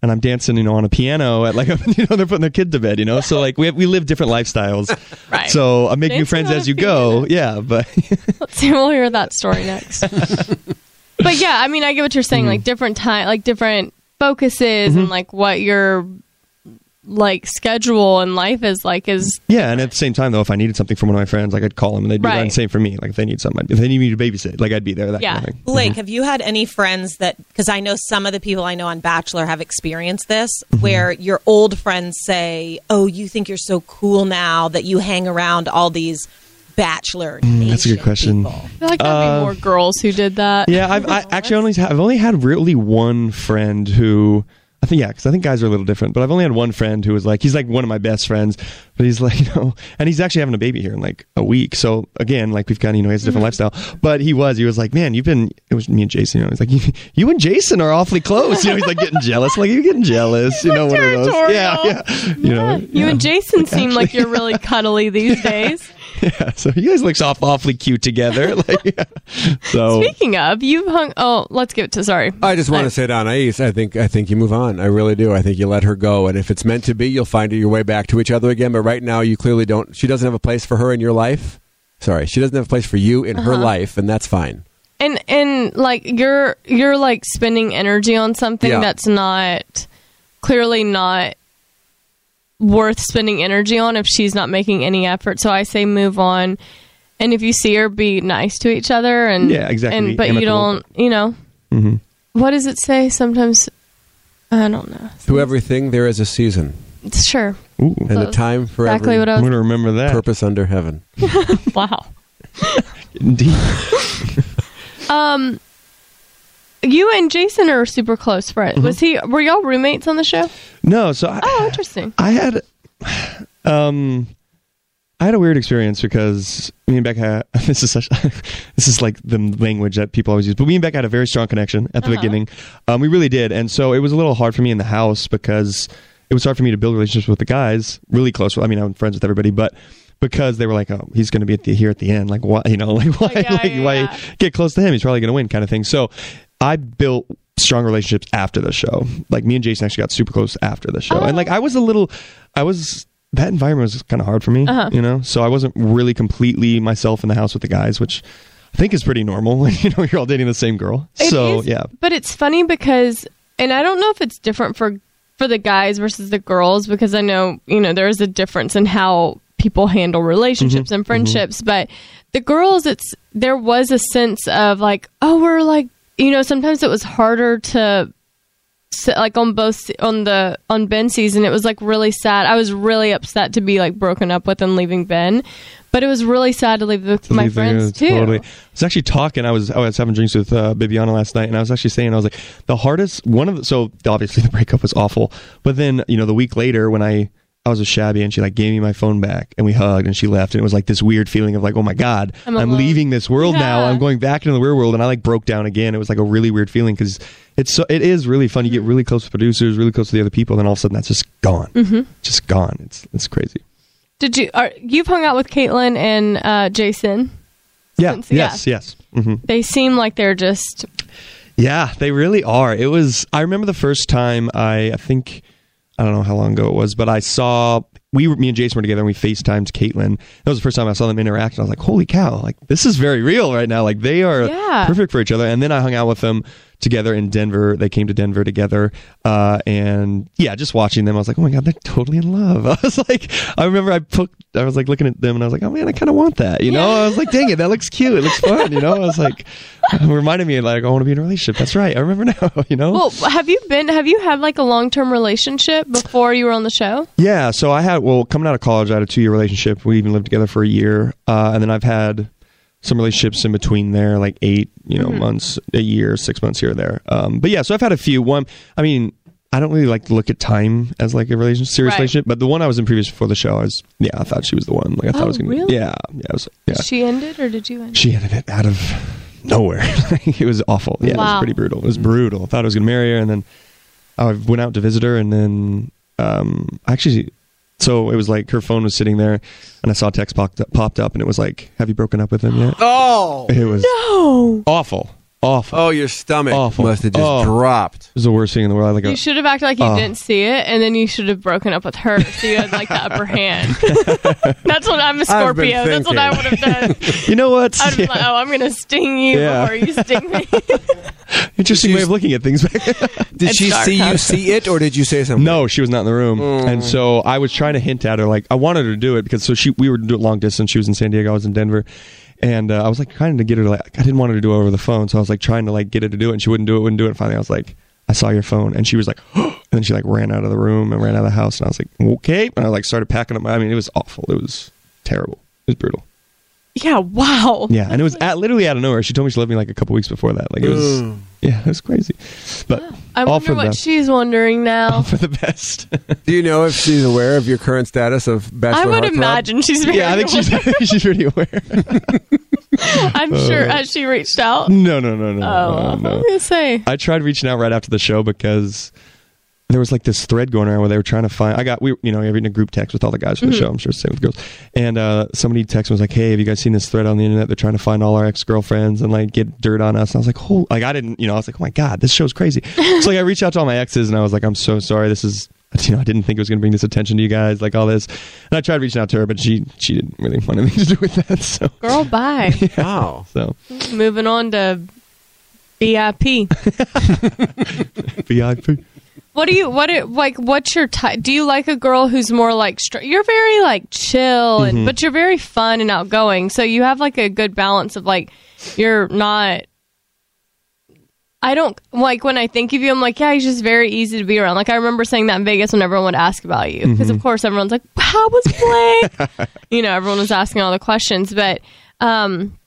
S8: and I'm dancing, you know, on a piano at like you know they're putting their kid to bed, you know. So like we have, we live different lifestyles.
S6: Right.
S8: So I make
S6: Dancing
S8: new friends
S6: on a
S8: as you go. Yeah, but
S6: Let's see, we'll hear that story next. but yeah, I mean, I get what you're
S8: Mm-hmm.
S6: saying. Like different time, like different focuses, and like what your like schedule and life is like is
S8: Yeah, and at the same time, though, if I needed something from one of my friends, like I'd call them and they'd be there.
S6: Right.
S8: And same for me. Like if they need something, I'd- if they need me to babysit, like I'd be there. That kind of thing. Mm-hmm.
S9: Blake, have you had any friends that, because I know some of the people I know on Bachelor have experienced this,
S8: Mm-hmm.
S9: where your old friends say, Oh, you think you're so cool now that you hang around all these Bachelor?
S8: Mm, that's a good question. Uh,
S6: I feel like that'd be more girls who did that.
S8: Yeah, I've I actually only I've only had really one friend who I think yeah, because I think guys are a little different. But I've only had one friend who was like he's like one of my best friends, but he's like you know, and he's actually having a baby here in like a week. So again, like we've kind of you know he has a different lifestyle. But he was he was like man, you've been it was me and Jason. You know, he's like you, you and Jason are awfully close. You know, he's like getting jealous. Like you're getting jealous. you know, one of those. Yeah, yeah. You know,
S6: You and Jason seem like you're really cuddly these days.
S8: yeah. So you guys look off awfully cute together. Like yeah. so.
S6: Speaking of, you've hung. Oh, let's give it to. Sorry.
S7: I just want to say to Anais, I think I think you move on. I really do. I think you let her go, and if it's meant to be, you'll find your way back to each other again. But right now, you clearly don't. She doesn't have a place for her in your life. Sorry, she doesn't have a place for you in her
S6: Uh-huh.
S7: life, and that's fine.
S6: and and like you're you're like spending energy on something
S7: Yeah.
S6: that's not clearly not worth spending energy on if she's not making any effort so i say move on and if you see her be nice to each other and
S8: Yeah, exactly.
S6: and, but you
S8: Amicable.
S6: don't you know
S8: Mm-hmm.
S6: what does it say sometimes i don't know
S7: To everything, there is a season
S6: sure
S8: Ooh.
S7: and a time for
S6: Uh-huh. Exactly
S7: every
S6: what I was- I'm gonna
S8: remember that
S7: purpose under heaven.
S6: wow
S8: Indeed.
S6: um you and jason are super close friends was he were y'all roommates on the show
S8: No, so I,
S6: oh interesting
S8: I had, um, I had a weird experience because me and Becca. This is such. this is like the language that people always use. But me and Becca had a very strong connection at the
S12: Uh-huh.
S8: beginning. Um, we really did, and so it was a little hard for me in the house because it was hard for me to build relationships with the guys. Really close. I mean, I'm friends with everybody, but. Because they were like, oh, he's going to be at the, here at the end. Like, why, you know, like, why, like, why get close to him? He's probably going to win, kind of thing. So I built strong relationships after the show. Like, me and Jason actually got super close after the show. And, like, I was a little, I was, that environment was kind of hard for me,
S12: Uh-huh.
S8: you know? So I wasn't really completely myself in the house with the guys, which I think is pretty normal when, you know, you're all dating the same girl.
S6: It
S8: so,
S6: is,
S8: yeah.
S6: But it's funny because, and I don't know if it's different for for the guys versus the girls because I know you know there is a difference in how people handle relationships
S12: Mhm,
S6: and friendships. But the girls, it's there was a sense of like, oh, we're like you know. Sometimes it was harder to. s- Like on both on the on Ben's season, it was like really sad. I was really upset to be like broken up with and leaving Ben, but it was really sad to leave the, my
S8: Leave the-
S6: friends too.
S8: Totally. I was actually talking. I was I was having drinks with uh, Bibiana last night, and I was actually saying I was like the hardest one of the, so obviously the breakup was awful, but then you know the week later when I I was with Shabby and she like gave me my phone back and we hugged and she left and it was like this weird feeling of like oh my god
S12: I'm
S8: I'm,
S12: alone.
S8: leaving this world now
S12: Yeah.
S8: I'm going back into the real world and I like broke down again it was like a really weird feeling because it's so it is really fun you get really close to producers really close to the other people then all of a sudden that's just gone
S6: Mhm.
S8: just gone it's it's crazy
S6: Did you? Are, you've hung out with Caitlin and uh, Jason.
S8: yeah
S6: Since- yeah.
S8: yes yes hmm
S6: They seem like they're just.
S8: Yeah, they really are. It was. I remember the first time I, I think, I don't know how long ago it was, but I saw we, were, me and Jason were together and we FaceTimed Caitlin. That was the first time I saw them interact, and I was like, "Holy cow! Like this is very real right now. Like they are
S12: Yeah.
S8: perfect for each other." And then I hung out with them together in Denver. They came to Denver together, uh, and yeah, just watching them, I was like, "Oh my god, they're totally in love." I was like, I remember I put, I was like looking at them, and I was like, "Oh man, I kind of want that," you know. I was like, "Dang it, that looks cute. It looks fun," you know. I was like, it reminded me like I want to be in a relationship. That's right. I remember now, you know.
S6: Well, oh, have you been? Have you had like a long term relationship before you were on the show?
S8: Yeah, so I had well coming out of college, I had a two year relationship. We even lived together for a year, uh, and then I've had some relationships in between there, like eight you
S6: Mm-hmm.
S8: know months, a year, six months here or there. Um, but yeah, so I've had a few. One, I mean, I don't really like to look at time as like a relationship, serious
S6: Right.
S8: relationship. But the one I was in previous before the show, I was yeah, I thought she was the one. Like I thought I
S6: Oh,
S8: was gonna
S6: really?
S8: yeah yeah I was, yeah.
S6: She ended, or did you end?
S8: She ended it out of nowhere. it was awful. Yeah, it
S6: Wow.
S8: was pretty brutal. It was brutal. I thought I was going to marry her, and then I went out to visit her, and then um, actually, so it was like her phone was sitting there, and I saw a text popped up, popped up, and it was like, "Have you broken up with him yet?"
S7: Oh,
S8: it was
S6: no
S8: awful, awful.
S7: Oh, your stomach
S8: awful.
S7: must have just
S13: Oh.
S7: dropped.
S8: It was the worst thing in the world. I, like,
S6: You should have acted like you
S8: Oh.
S6: didn't see it, and then you should have broken up with her so you had like the upper hand. That's what I'm a
S8: I've been
S6: Scorpio. That's what I would
S8: thinking.
S6: have done.
S8: you know what?
S6: I'd have been like, oh, I'm gonna sting you
S8: Yeah.
S6: before you sting me.
S8: Interesting way of looking at things.
S7: Did she see you see it, or did you say something?
S8: No, she was not in the room, and so I was trying to hint at her. Like I wanted her to do it because so she we were doing long distance. She was in San Diego, I was in Denver, and uh, I was like trying to get her to like I didn't want her to do it over the phone, so I was like trying to like get her to do it, and she wouldn't do it, wouldn't do it. And finally, I was like, I saw your phone, and she was like, and then she like ran out of the room and ran out of the house, and I was like, okay, and I like started packing up. My, I mean, it was awful. It was terrible. It was brutal.
S6: Yeah. Wow.
S8: Yeah, and it was at, literally out of nowhere. She told me she loved me like a couple weeks before that. Like it was,
S6: Ooh.
S8: yeah, it was crazy. But
S6: I
S8: all
S6: wonder
S8: for
S6: what
S8: the
S6: she's wondering now.
S8: for the best.
S7: Do you know if she's aware of your current status of bachelor?
S6: I would
S7: heartthrob?
S6: imagine she's very
S8: yeah, I think she's she's pretty aware.
S6: I'm
S8: Uh,
S6: sure as she reached out.
S8: No, no, no, no,
S6: Oh,
S8: no,
S6: I
S8: no.
S6: was gonna say.
S8: I tried reaching out right after the show because there was like this thread going around where they were trying to find. I got we you know we were in a group text with all the guys for the
S6: Mhm.
S8: show. I'm sure it's the same with girls. And uh, somebody texted me was like, "Hey, have you guys seen this thread on the internet? They're trying to find all our ex girlfriends and like get dirt on us." And I was like, "Oh, like I didn't you know I was like, oh my god, this show's crazy." so like I reached out to all my exes and I was like, "I'm so sorry. This is." You know, I didn't think it was going to bring this attention to you guys, like all this. And I tried reaching out to her, but she she didn't really want anything to do with that. So
S6: Girl, bye.
S8: wow. So
S6: Moving on to BIP.
S8: VIP.
S6: What do you what it like? What's your type? Do you like a girl who's more like str- you're very like chill, and
S8: Mhm.
S6: but you're very fun and outgoing. So you have like a good balance of like you're not. I don't like when I think of you. I'm like, yeah, he's just very easy to be around. Like I remember saying that in Vegas when everyone would ask about you because
S12: Mhm.
S6: of course everyone's like, how was Blake? you know, everyone was asking all the questions, but um.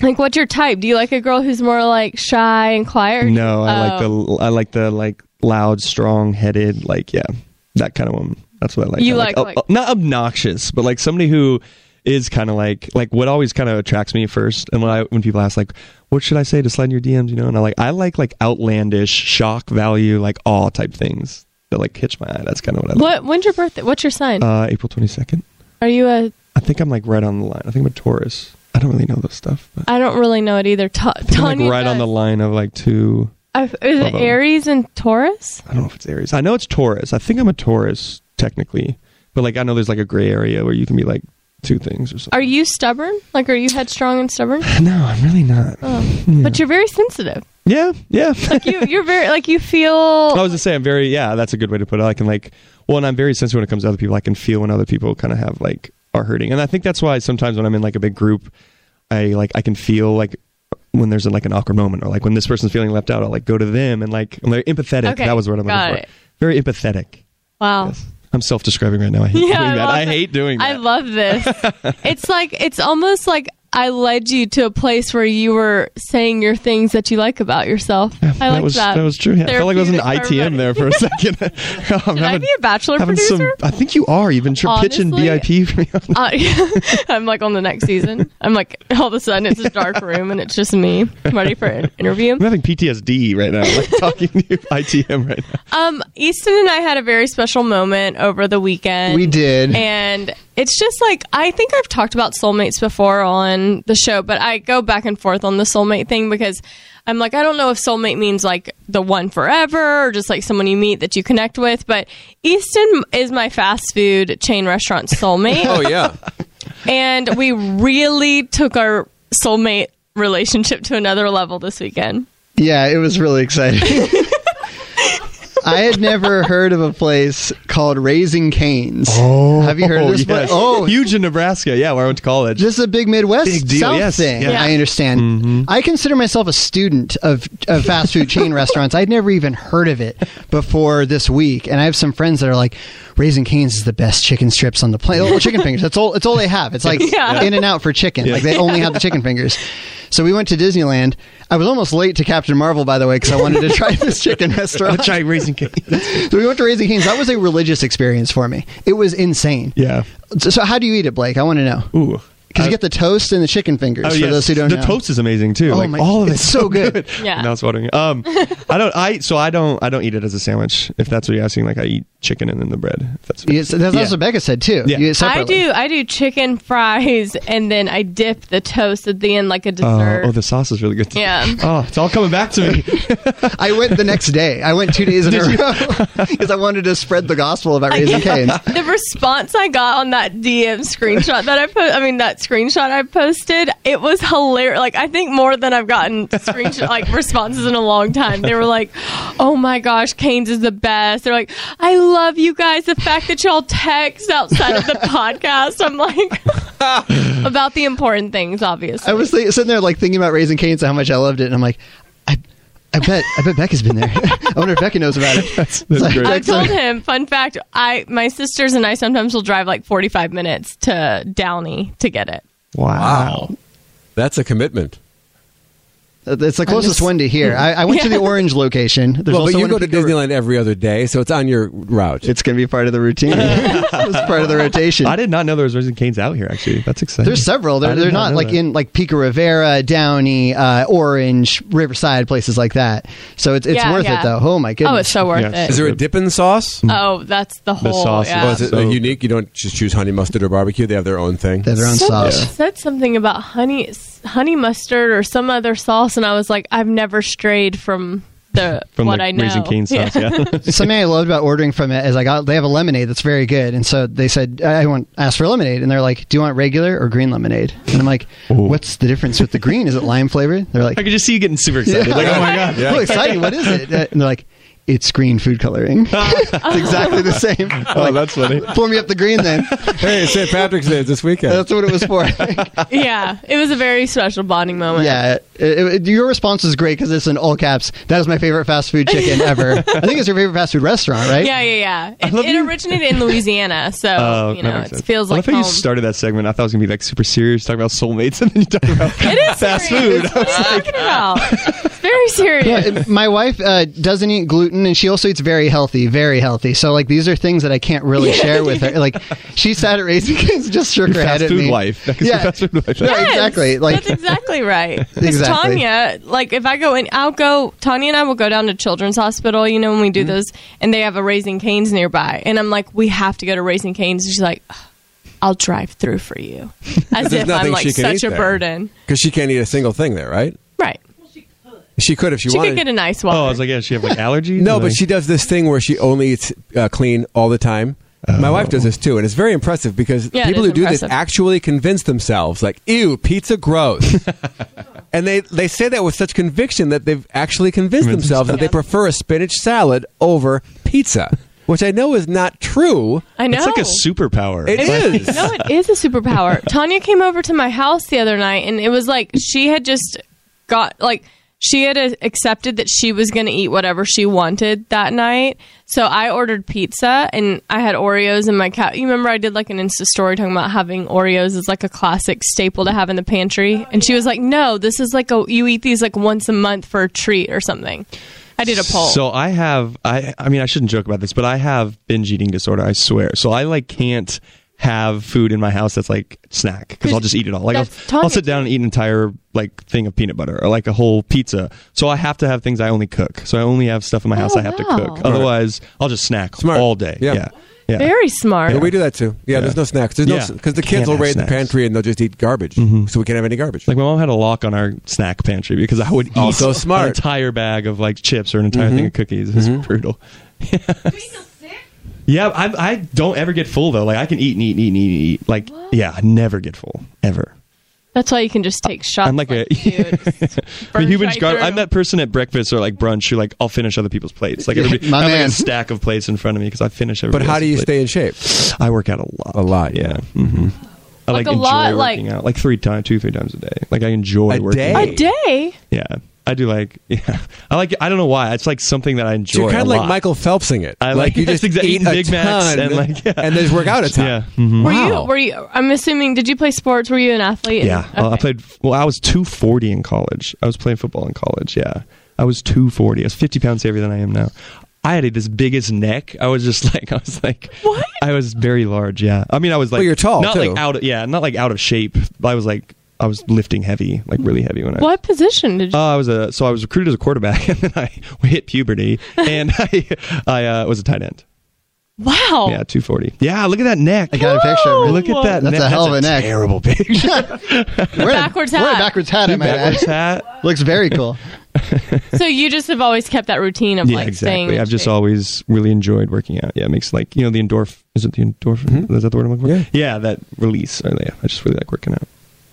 S6: Like, what's your type? Do you like a girl who's more like shy and quiet? or-
S8: No, I
S6: Oh.
S8: like the I like the like loud, strong headed, like yeah, that kind of woman. That's what I like.
S6: You
S8: I
S6: like,
S8: ob-
S6: like-
S8: not obnoxious, but like somebody who is kind of like like what always kind of attracts me first. And when I when people ask like, what should I say to slide in your DMs, you know, and I like I like like outlandish, shock value, like awe type things that like catch my eye. That's kind of what I like.
S6: What? When's your birthday? What's your sign?
S8: Uh, April twenty second.
S6: Are you a?
S8: I think I'm like right on the line. I think I'm a Taurus. I don't really know this stuff. But
S6: I don't really know it either. Ta-
S8: I think I'm
S6: Tanya
S8: like right on the line of like two.
S6: I- is it
S8: Although-
S6: Aries and Taurus?
S8: I don't know if it's Aries. I know it's Taurus. I think I'm a Taurus technically, but like I know there's like a gray area where you can be like two things or something.
S6: Are you stubborn? Like, are you headstrong and stubborn?
S8: No, I'm really not.
S6: Oh.
S8: Yeah.
S6: But you're very sensitive.
S8: yeah, yeah.
S6: Like you, you're very like you feel.
S8: I was just saying, very yeah. That's a good way to put it. I can like, well, and I'm very sensitive when it comes to other people. I can feel when other people kind of have like are hurting, and I think that's why sometimes when I'm in like a big group, I like I can feel like when there's like an awkward moment or like when this person's feeling left out, I'll like go to them and like I'm very empathetic.
S6: Okay,
S8: that was what I'm
S6: got
S8: looking
S6: it.
S8: for. Very empathetic.
S6: wow.
S8: I'm self-describing right now. I hate
S6: Yeah,
S8: doing
S6: I
S8: that.
S6: love
S8: I
S6: it.
S8: hate doing that.
S6: I love this. it's like it's almost like I led you to a place where you were saying your things that you like about yourself. I
S8: that
S6: like
S8: was
S6: that.
S8: was true. Yeah, I felt like it was an
S6: Therapeutic for
S8: ITM there for a second. Oh, I'm
S6: Should I be a bachelor
S8: having
S6: producer?
S8: I think you are. You've been tr- pitching
S6: Honestly,
S8: BIP for me.
S6: I, I'm like on the next season. I'm like all of a sudden it's a dark room and it's just me ready for an interview. I'm
S8: having PTSD right now. Like talking to you ITM right now.
S6: Um, Easton and I had a very special moment over the weekend.
S13: We did.
S6: And it's just like, I think I've talked about soulmates before on the show, but I go back and forth on the soulmate thing because I'm like, I don't know if soulmate means like the one forever or just like someone you meet that you connect with. But Easton is my fast food chain restaurant soulmate.
S7: Oh yeah.
S6: and we really took our soulmate relationship to another level this weekend.
S13: Yeah, it was really exciting. I had never heard of a place called Raising Canes. Oh, have you heard of this? place?
S8: yes.
S13: Oh,
S8: huge in Nebraska. Yeah, where I went to college.
S13: Just a big Midwest
S8: Big deal, Mm-hmm.
S13: South
S8: yes,
S13: thing.
S8: yeah.
S13: I understand. I consider myself a student of, of fast food chain restaurants. I'd never even heard of it before this week, and I have some friends that are like, "Raising Canes is the best chicken strips on the planet. Well, chicken fingers. That's all. It's all they have. It's like
S14: Yeah.
S13: in and out for chicken.
S14: Yeah.
S13: Like they only have the chicken fingers." So we went to Disneyland. I was almost late to Captain Marvel, by the way, because I wanted to try this chicken restaurant.
S8: Try Raising Canes.
S13: so we went to Raising Canes. That was a religious experience for me. It was insane.
S8: Yeah.
S13: So how do you eat it, Blake? I want to know.
S8: Ooh. Uh, oh,
S13: Because you get the toast and the chicken fingers. for those who don't
S8: the
S13: know,
S8: toast is amazing too.
S13: Oh
S8: like
S13: my-
S8: all of
S13: it's so good.
S6: Yeah.
S8: Now it's watering. Um, I don't. I so I don't. I don't eat it as a sandwich. If that's what you're asking, like I eat chicken and then the bread. If that's what
S13: Yes, that's
S8: Yeah.
S13: what Becca said too.
S8: Yeah.
S13: You eat
S6: I
S13: separately.
S6: do. I do chicken fries, and then I dip the toast at the end like a
S8: Uh,
S6: dessert.
S8: oh, the sauce is really good.
S6: Yeah.
S8: Oh, it's all coming back to me.
S13: I went the next day. I went two days in a row because I wanted to spread the gospel about raising canes.
S6: the response I got on that DM screenshot that I put, I mean that screenshot I posted, it was hilarious. Like I think more than I've gotten screenshot like responses in a long time. They were like, "Oh my gosh, Canes is the best." They're like, "I love you guys. The fact that y'all text outside of the podcast." I'm like about the important things, obviously.
S13: I was thi- sitting there like thinking about raising canes and how much I loved it, and I'm like, I, I bet, I bet Becca's been there. I wonder if Becca knows about it. that's,
S8: great.
S6: I told him. Fun fact: I my sisters and I sometimes will drive like forty five minutes to Downey to get it.
S8: Wow.
S7: That's a commitment.
S13: It's the closest one to here. I, I went to the orange location. There's
S7: well,
S13: also
S7: but you
S13: one
S7: go
S13: in
S7: to Disneyland every other day, so it's on your route.
S13: It's going to be part of the routine. it's part of the rotation.
S8: I did not know there was Raising Cane's out here. Actually, that's exciting.
S13: There's several.
S8: I
S13: They're,
S8: did
S13: they're
S8: not
S13: not
S8: know
S13: like
S8: that.
S13: in like Pico Rivera, Downey, uh, Orange, Riverside, places like that. So it's, it's
S6: Yeah,
S13: worth
S6: yeah.
S13: it though. Oh my goodness!
S6: Oh, it's so worth it.
S7: Is there a dipping sauce?
S6: Oh, that's the whole. yeah.
S7: Oh, is it unique? You don't just choose honey mustard or barbecue. They have their own thing. They have
S13: their own
S6: Somebody said something about honey s- honey mustard or some other sauce, and I was like, I've never strayed from the what I know.
S13: Something I loved about ordering from it is I got they have a lemonade that's very good, and so they said I want ask for lemonade, and they're like, "Do you want regular or green lemonade?" And I'm like, "What's the difference with the green? Is it lime flavored?" They're like,
S8: I could just see you getting super excited.
S13: Yeah.
S8: Like, oh my god,
S13: "Really exciting! What is it?" And they're like, "It's green food coloring. it's exactly the same."
S8: Oh, that's funny.
S13: Pour me up the green then.
S7: hey, it's St. Patrick's Day this weekend.
S13: That's what it was for.
S6: yeah, it was a very special bonding moment.
S13: Yeah, it, it- your response is great because it's in all caps. That is my favorite fast food chicken ever. I think it's your favorite fast food restaurant, right?
S6: Yeah, yeah, yeah. It, it originated in Louisiana, so
S8: Oh,
S6: you
S8: that
S6: know
S8: makes
S6: it
S8: sense.
S6: feels
S8: I
S6: like
S8: love how
S6: home.
S8: you started that segment. I thought it was gonna be like super serious, talking about soulmates, and then you talk about fast
S6: serious.
S8: food. I was like,
S6: It's very serious.
S13: Yeah, it- my wife uh, doesn't eat gluten, and she also eats very healthy, very healthy. So like these are things that I can't really share with her. Like she sat at Raising Cane's, just shook her
S8: Fast
S13: head at
S8: food
S13: me.
S8: life. That's
S13: Yeah,
S8: fast food life.
S13: No,
S8: Yes.
S13: exactly. Like
S6: That's exactly right. 'Cause
S13: Exactly.
S6: Tanya, like if I go in, I'll go. Tanya and I will go down to Children's Hospital. You know when
S13: Mm-hmm.
S6: we do those, and they have a Raising Canes nearby, and I'm like, we have to go to Raising Canes. And she's like, I'll drive through for you, as if I'm like such a burden.
S7: Because she can't eat a single thing there, right?
S6: Right.
S7: She could if she,
S6: She
S7: wanted.
S6: could get a nice water.
S8: Oh, I was like, yeah, she have like allergies.
S7: no,
S8: And
S7: but
S8: I-
S7: she does this thing where she only eats uh, clean all the time. My
S8: Oh.
S7: wife does this too, and it's very impressive because
S8: Yeah, it
S7: people
S8: is
S7: who do
S8: impressive.
S7: this actually convince themselves, like, "Ew, pizza, gross," and they they say that with such conviction that they've actually convinced themselves that they prefer a spinach salad over pizza, which I know is not true.
S6: I know. It's like a
S8: superpower.
S7: It is.
S6: no, it is a superpower. Tanya came over to my house the other night, and it was like she had just got like she had uh, accepted that she was going to eat whatever she wanted that night. So I ordered pizza, and I had Oreos in my cat. You remember I did like an Insta story talking about having Oreos is like a classic staple to have in the pantry, and she was like, "No, this is like a you eat these like once a month for a treat or something." I did a poll.
S8: So I have I I mean I shouldn't joke about this, but I have binge eating disorder, I swear. So I like can't have food in my house that's like snack because I'll just eat it all. Like
S6: That's
S8: I'll,
S6: Tanya
S8: I'll sit down and eat an entire like thing of peanut butter or like a whole pizza. So I have to have things I only cook. So I only have stuff in my house I have
S6: Oh, wow.
S8: to cook. Otherwise, I'll just snack all day. Yeah. Yeah.
S6: Very smart.
S7: Yeah, we do that too. Yeah, there's no snacks. There's
S8: Yeah.
S7: no because the
S8: Can't
S7: kids will
S8: have
S7: raid the
S8: snacks. Mm-hmm.
S7: pantry and they'll just eat garbage, so we can't have any garbage.
S8: Like my mom had a lock on our snack pantry because I would eat
S7: Also Oh, smart. Mm-hmm.
S8: an entire bag of like chips or an entire thing of cookies. It was brutal. yeah, I, I don't ever get full though. Like I can eat and eat and eat and eat. And eat. Like yeah, I never get full ever.
S6: That's why you can just take shots.
S8: I'm like, a the human
S6: right
S8: gar-
S6: through.
S8: I'm that person at breakfast or like brunch who like I'll finish other people's plates. Like
S7: Yeah,
S8: everybody,
S7: my
S8: I have, like,
S7: man.
S8: a stack of plates in front of me because I finish.
S7: But
S8: everybody
S7: how do you
S8: else's
S7: stay in shape?
S8: plate. I work out a lot. A lot. Yeah. hmm I
S6: Like
S8: like,
S6: a
S8: enjoy
S6: lot, like-
S8: working out like three times, two three times a day. Like I enjoy working out.
S6: a day.
S8: Yeah. I do like yeah. I like I don't know why. It's like something that I enjoy.
S7: You're kind
S8: a
S7: of like
S8: lot.
S7: Michael Phelpsing it.
S8: I like-
S7: you
S8: that's
S7: just
S8: exact-
S7: eat
S8: eating
S7: a
S8: Big Macs
S7: ton
S8: and, like, yeah.
S7: and there's work out a ton.
S8: Yeah. Mhm.
S6: Were
S8: Wow.
S6: you? Were you? I'm assuming. Did you play sports? Were you an athlete?
S8: Yeah. Uh,
S6: Okay.
S8: I played well, I was two forty in college. I was playing football in college, yeah. I was two forty. I was fifty pounds heavier than I am now. I had this biggest neck. I was just like I was like What? I was very large, yeah. I mean I was like
S7: Well, you're tall,
S8: Not
S7: too.
S8: like out of yeah, not like out of shape. I was like I was lifting heavy, like really heavy when I
S6: What position did you?
S8: Uh, I was a so I was recruited as a quarterback, and then I hit puberty, and I I uh, was a tight end.
S6: wow.
S8: Yeah, two forty. Yeah, look at that neck. I
S13: got a picture of it.
S8: Look at that.
S13: That's
S8: neck.
S13: a hell of a neck.
S8: Terrible picture.
S13: We're in a-
S6: Backwards
S13: We're in a
S6: hat.
S13: backwards hat. I might
S8: Backwards
S13: add.
S8: hat.
S13: Looks very cool.
S6: So you just have always kept that routine of
S8: Yeah,
S6: like
S8: exactly.
S6: staying.
S8: I've just always really enjoyed working out. Yeah, it makes like you know the endorphin. Is it the endorphin? Is that the word I'm looking for? Mm-hmm. Yeah, that release. Oh, yeah, I just really like working out.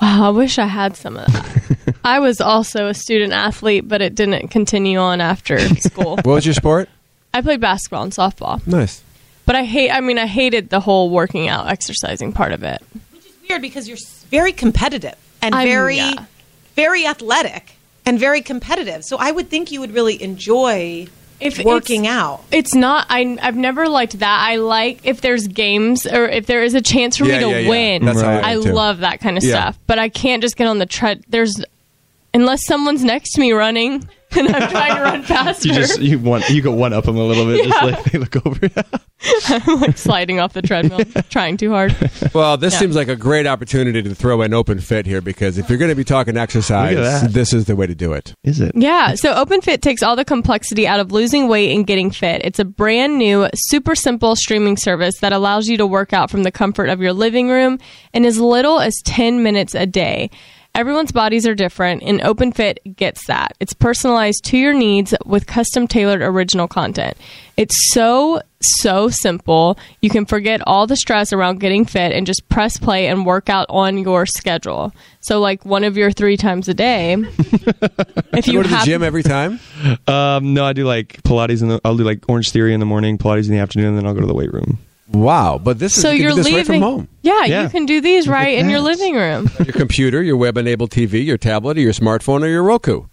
S6: Wow. I wish I had some of that. I was also a student athlete, but it didn't continue on after school.
S7: What was your sport?
S6: I played basketball and softball,
S7: Nice.
S6: but I hate. I mean, I hated the whole working out, exercising part of it.
S9: weird because you're s- very competitive and
S6: I'm-
S9: very,
S6: yeah.
S9: very athletic and very competitive. So I would think you would really enjoy
S6: if
S9: working
S6: it's-
S9: out.
S6: It's not. I I've never liked that. I like if there's games or if there is a chance for
S9: Yeah,
S6: me to
S9: yeah, yeah.
S6: win.
S9: That's how I
S6: I,
S9: am, too.
S6: love that kind of
S9: Yeah.
S6: stuff. But I can't just get on the tread. There's unless someone's next to me running and I'm trying to run faster.
S8: You just you want you go one up them a little bit. Just
S6: Yeah.
S8: like they look over.
S6: I'm like sliding off the treadmill, trying too hard.
S7: Well, this
S6: Yeah.
S7: seems like a great opportunity to throw an open fit here because if you're going to be talking
S8: Look at
S7: exercise,
S8: that.
S7: this is the way to do it.
S8: Is it?
S6: Yeah, so Open Fit takes all the complexity out of losing weight and getting fit. It's a brand new, super simple streaming service that allows you to work out from the comfort of your living room in as little as 10 minutes a day. Everyone's bodies are different, and Open Fit gets that. It's personalized to your needs with custom tailored original content. It's so, so simple. You can forget all the stress around getting fit and just press play and work out on your schedule. So, like one of your three times a day. if you
S7: go to the
S6: have
S7: gym every time.
S8: Um, no, I do like Pilates in the. I'll do like Orange Theory in the morning, Pilates in the afternoon, and then I'll go to the weight room.
S7: Wow, but this
S6: so you're leaving Yeah, you can do these right in your living room.
S7: your computer, your web-enabled TV, your tablet, or your smartphone, or your Roku.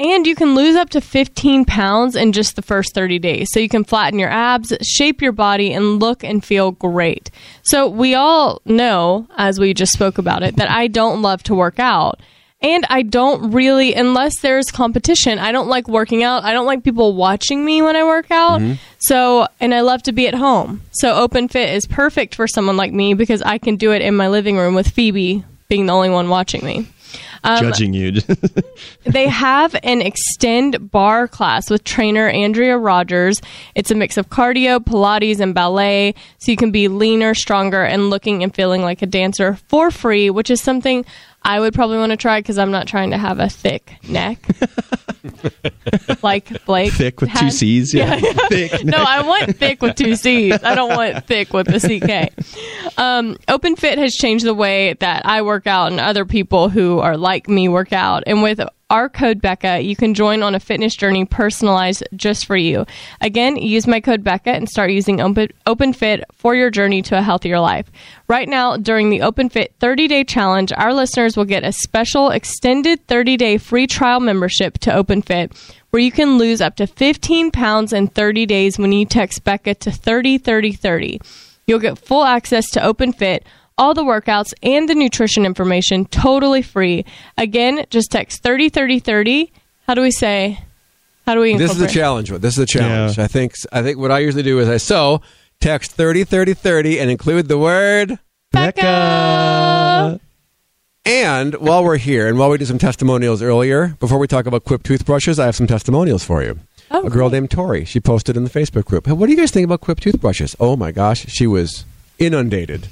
S6: And you can lose up to 15 pounds in just the first 30 days. So you can flatten your abs, shape your body, and look and feel great. So we all know, as we just spoke about it, that I don't love to work out. And I don't really, unless there's competition, I don't like working out. I don't like people watching me when I work out. So, and I love to be at home. So Open Fit is perfect for someone like me because I can do it in my living room with Phoebe being the only one watching me. Um,
S8: Judging you.
S6: they have an extend bar class with trainer Andrea Rogers. It's a mix of cardio, Pilates, and ballet, so you can be leaner, stronger, and looking and feeling like a dancer for free, which is something I would probably want to try because I'm not trying to have a thick neck like Blake.
S8: Thick with two
S6: had.
S8: C's, yeah.
S6: thick no, I want thick with two C's. I don't want thick with a CK. Um, Open Fit has changed the way that I work out and other people who are like me work out. And with our code Becca, you can join on a fitness journey personalized just for you. Again, use my code Becca and start using Open, Open Fit for your journey to a healthier life. Right now, during the Open Fit 30 day challenge, our listeners will get a special extended 30 day free trial membership to Open Fit where you can lose up to 15 pounds in 30 days when you text Becca to 30 30 30. You'll get full access to OpenFit, all the workouts, and the nutrition information totally free. Again, just text 30 30 30. How do we say? How do we
S7: This is the
S6: incorporate?
S7: challenge. one. This is the challenge. I think. I think what I usually do is I so text 30 30 30 and include the word
S6: Becca.
S7: And while we're here, and while we did some testimonials earlier, before we talk about Quip toothbrushes, I have some testimonials for you. a girl named Tori. She posted in the Facebook group. Hey, what do you guys think about Quip toothbrushes? Oh my gosh, she was inundated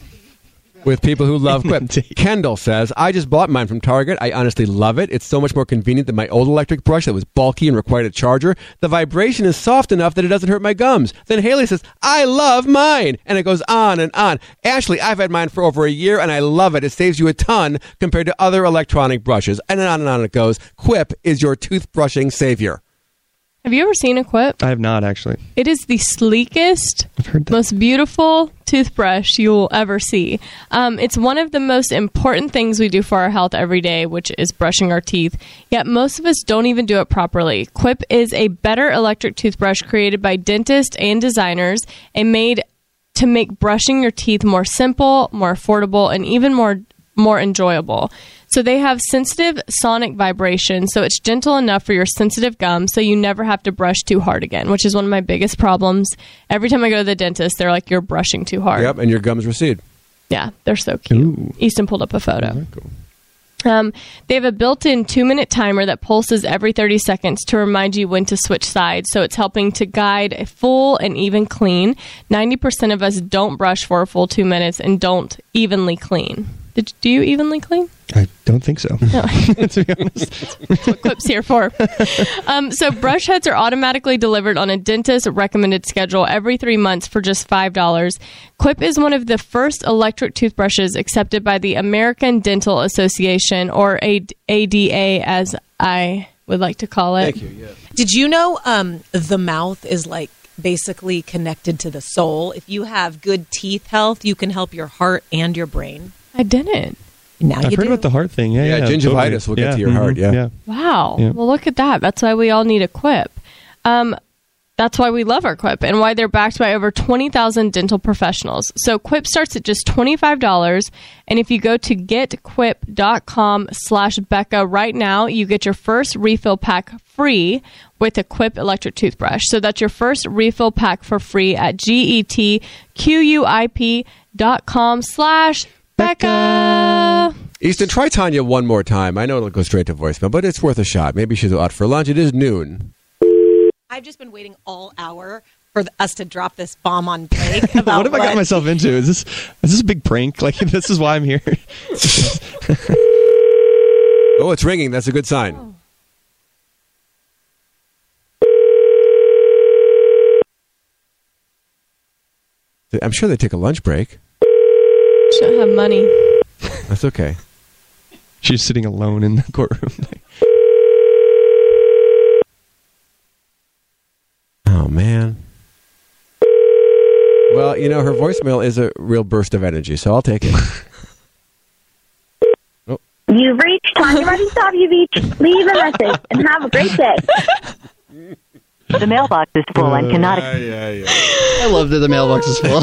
S7: with people who love Quip. Kendall says, I just bought mine from Target. I honestly love it. It's so much more convenient than my old electric brush that was bulky and required a charger. The vibration is soft enough that it doesn't hurt my gums. Then Haley says, I love mine. And it goes on and on. Ashley, I've had mine for over a year and I love it. It saves you a ton compared to other electronic brushes. And on and on it goes. Quip is your toothbrushing savior.
S6: Have you ever seen a Quip?
S8: I have not actually.
S6: It is the sleekest, most beautiful toothbrush you will ever see. Um, it's one of the most important things we do for our health every day, which is brushing our teeth. Yet most of us don't even do it properly. Quip is a better electric toothbrush created by dentists and designers and made to make brushing your teeth more simple, more affordable, and even more more enjoyable. So they have sensitive sonic vibration, so it's gentle enough for your sensitive gum so you never have to brush too hard again, which is one of my biggest problems. Every time I go to the dentist, they're like you're brushing too hard.
S7: Yep, and your gums recede.
S6: Yeah, they're so cute. Easton pulled up a photo. Um, they have a built-in two-minute timer that pulses every 30 seconds to remind you when to switch sides. So it's helping to guide a full and even clean. 90% of us don't brush for a full two minutes and don't evenly clean. Did, do you evenly clean?
S8: I don't think so.
S6: No. That's what Quip's here for. Um, so brush heads are automatically delivered on a dentist recommended schedule every three months for just five dollars. Quip is one of the first electric toothbrushes accepted by the American Dental Association, or A- ADA, as I would like to call it. Thank you.
S9: Did you know um, the mouth is like basically connected to the soul? If you have good teeth health, you can help your heart and your brain.
S6: I didn't.
S9: Now
S8: I've
S9: you
S8: heard
S9: do.
S8: about the heart thing. Yeah,
S7: Yeah,
S8: yeah, mm-hmm,
S7: gingivitis will get to your heart, yeah.
S8: yeah.
S6: Wow.
S8: Yeah.
S6: Well, look at that. That's why we all need a quip. Um, That's why we love our Quip and why they're backed by over 20,000 dental professionals. So Quip starts at just $25 and if you go to getquip.com slash Becca right now, you get your first refill pack free with a Quip electric toothbrush. So that's your first refill pack for free at getquip.com slash Becca.
S7: Easton, try Tanya one more time. I know it'll go straight to voicemail, but it's worth a shot. Maybe she's out for lunch. It is noon.
S9: I've just been waiting all hour for the, us to drop this bomb on Blake about
S8: what have I got myself into? Is this is this a big prank? Like this is why I'm here.
S7: Oh, it's ringing. That's a good sign. I'm sure they take a lunch break.
S6: Should have money.
S7: That's okay.
S8: She's sitting alone in the courtroom.
S7: Oh man. Well, you know her voicemail is a real burst of energy, so I'll take it.
S10: You've reached Tanya Rudystavia Beach. Leave a message and have a great day.
S11: The mailbox is full and
S8: Mm.
S11: cannot.
S13: I love that the mailbox is full.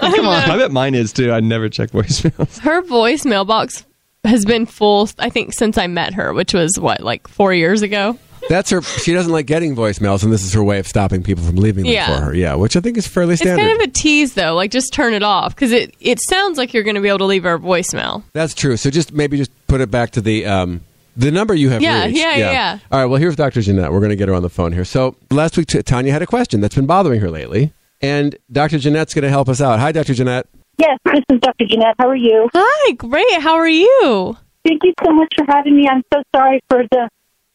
S8: Come on. I bet mine is too. I never check voicemails.
S6: Her voice mailbox has been full, I think, since I met her, which was what, like four years ago?
S7: That's her. She doesn't like getting voicemails, and this is her way of stopping people from leaving them
S6: Yeah.
S7: for her. Yeah, which I think is fairly
S6: It's
S7: standard.
S6: kind of a tease, though. Like, just turn it off because it, it sounds like you're going to be able to leave her a voicemail.
S7: That's true. So just maybe just put it back to the um, the number you have
S6: Yeah,
S7: reached.
S6: yeah, yeah.
S7: All right. Well, here's Dr. Jeanette. We're going to get her on the phone here. So last week, T- Tanya had a question that's been bothering her lately, and Dr. Jeanette's going to help us out. Hi, Dr. Jeanette.
S10: Yes, this is Dr. Jeanette. How are you?
S6: Hi, great. How are you?
S10: Thank you so much for having me. I'm so sorry for the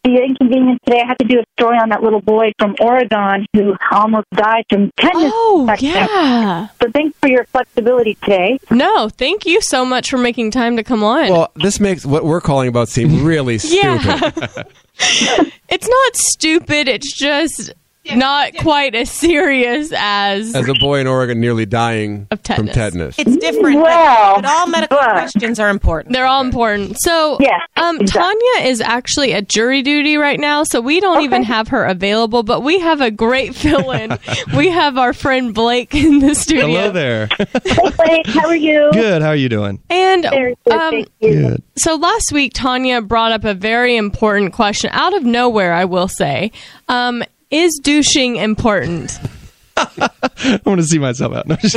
S10: the inconvenience today. I had to do a story on that little boy from Oregon who almost died from tetanus.
S6: Oh, yeah.
S10: So thanks for your flexibility today.
S6: No, thank you so much for making time to come on.
S7: Well, this makes what we're calling about seem really
S6: Yeah.
S7: stupid.
S6: it's not stupid, it's just not quite as serious as.
S7: As a boy in Oregon nearly dying from tetanus.
S6: It's different.
S9: Well, but
S6: all medical
S9: questions are important.
S6: They're all important. So, um, Tanya is actually at jury duty right now, so we don't even have her available, but we have a great fill in. we have our friend Blake in the studio.
S8: Hello there.
S10: Blake, how are you?
S8: Good. How are you doing?
S6: And
S10: Very good,
S6: um,
S10: thank you.
S6: so last week, Tanya brought up a very important question out of nowhere, I will say. Um, is douching important?
S8: I want to see myself out. No, just-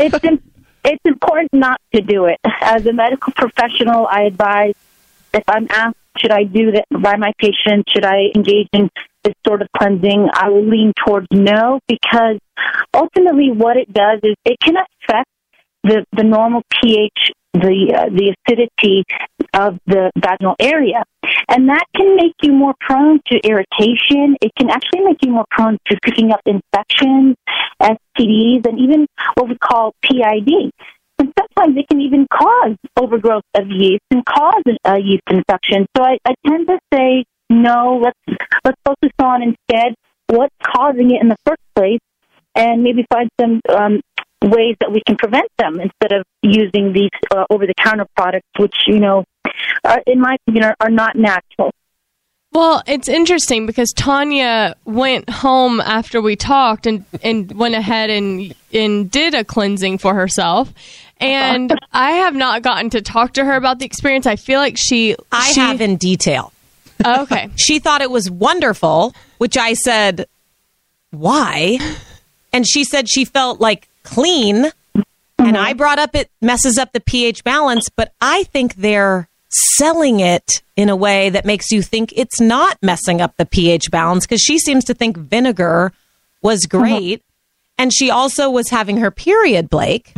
S10: it's im it's important not to do it. As a medical professional, I advise if I'm asked, should I do that by my patient? Should I engage in this sort of cleansing? I will lean towards no because ultimately, what it does is it can affect the the normal pH, the uh, the acidity of the vaginal area, and that can make you more prone to irritation. It can actually make you more prone to picking up infections, STDs, and even what we call PID. And sometimes it can even cause overgrowth of yeast and cause a yeast infection. So I, I tend to say no. Let's let's focus on instead what's causing it in the first place and maybe find some um, ways that we can prevent them instead of using these uh, over-the-counter products, which you know, are, in my opinion, are, are not natural.
S6: Well, it's interesting because Tanya went home after we talked and, and went ahead and and did a cleansing for herself. And I have not gotten to talk to her about the experience. I feel like she
S9: I
S6: she-
S9: have in detail.
S6: Okay.
S9: she thought it was wonderful, which I said, why? And she said she felt like clean.
S10: Mm-hmm.
S9: And I brought up it messes up the pH balance, but I think they're selling it in a way that makes you think it's not messing up the pH balance because she seems to think vinegar was
S10: Mm-hmm.
S9: great. And she also was having her period, Blake.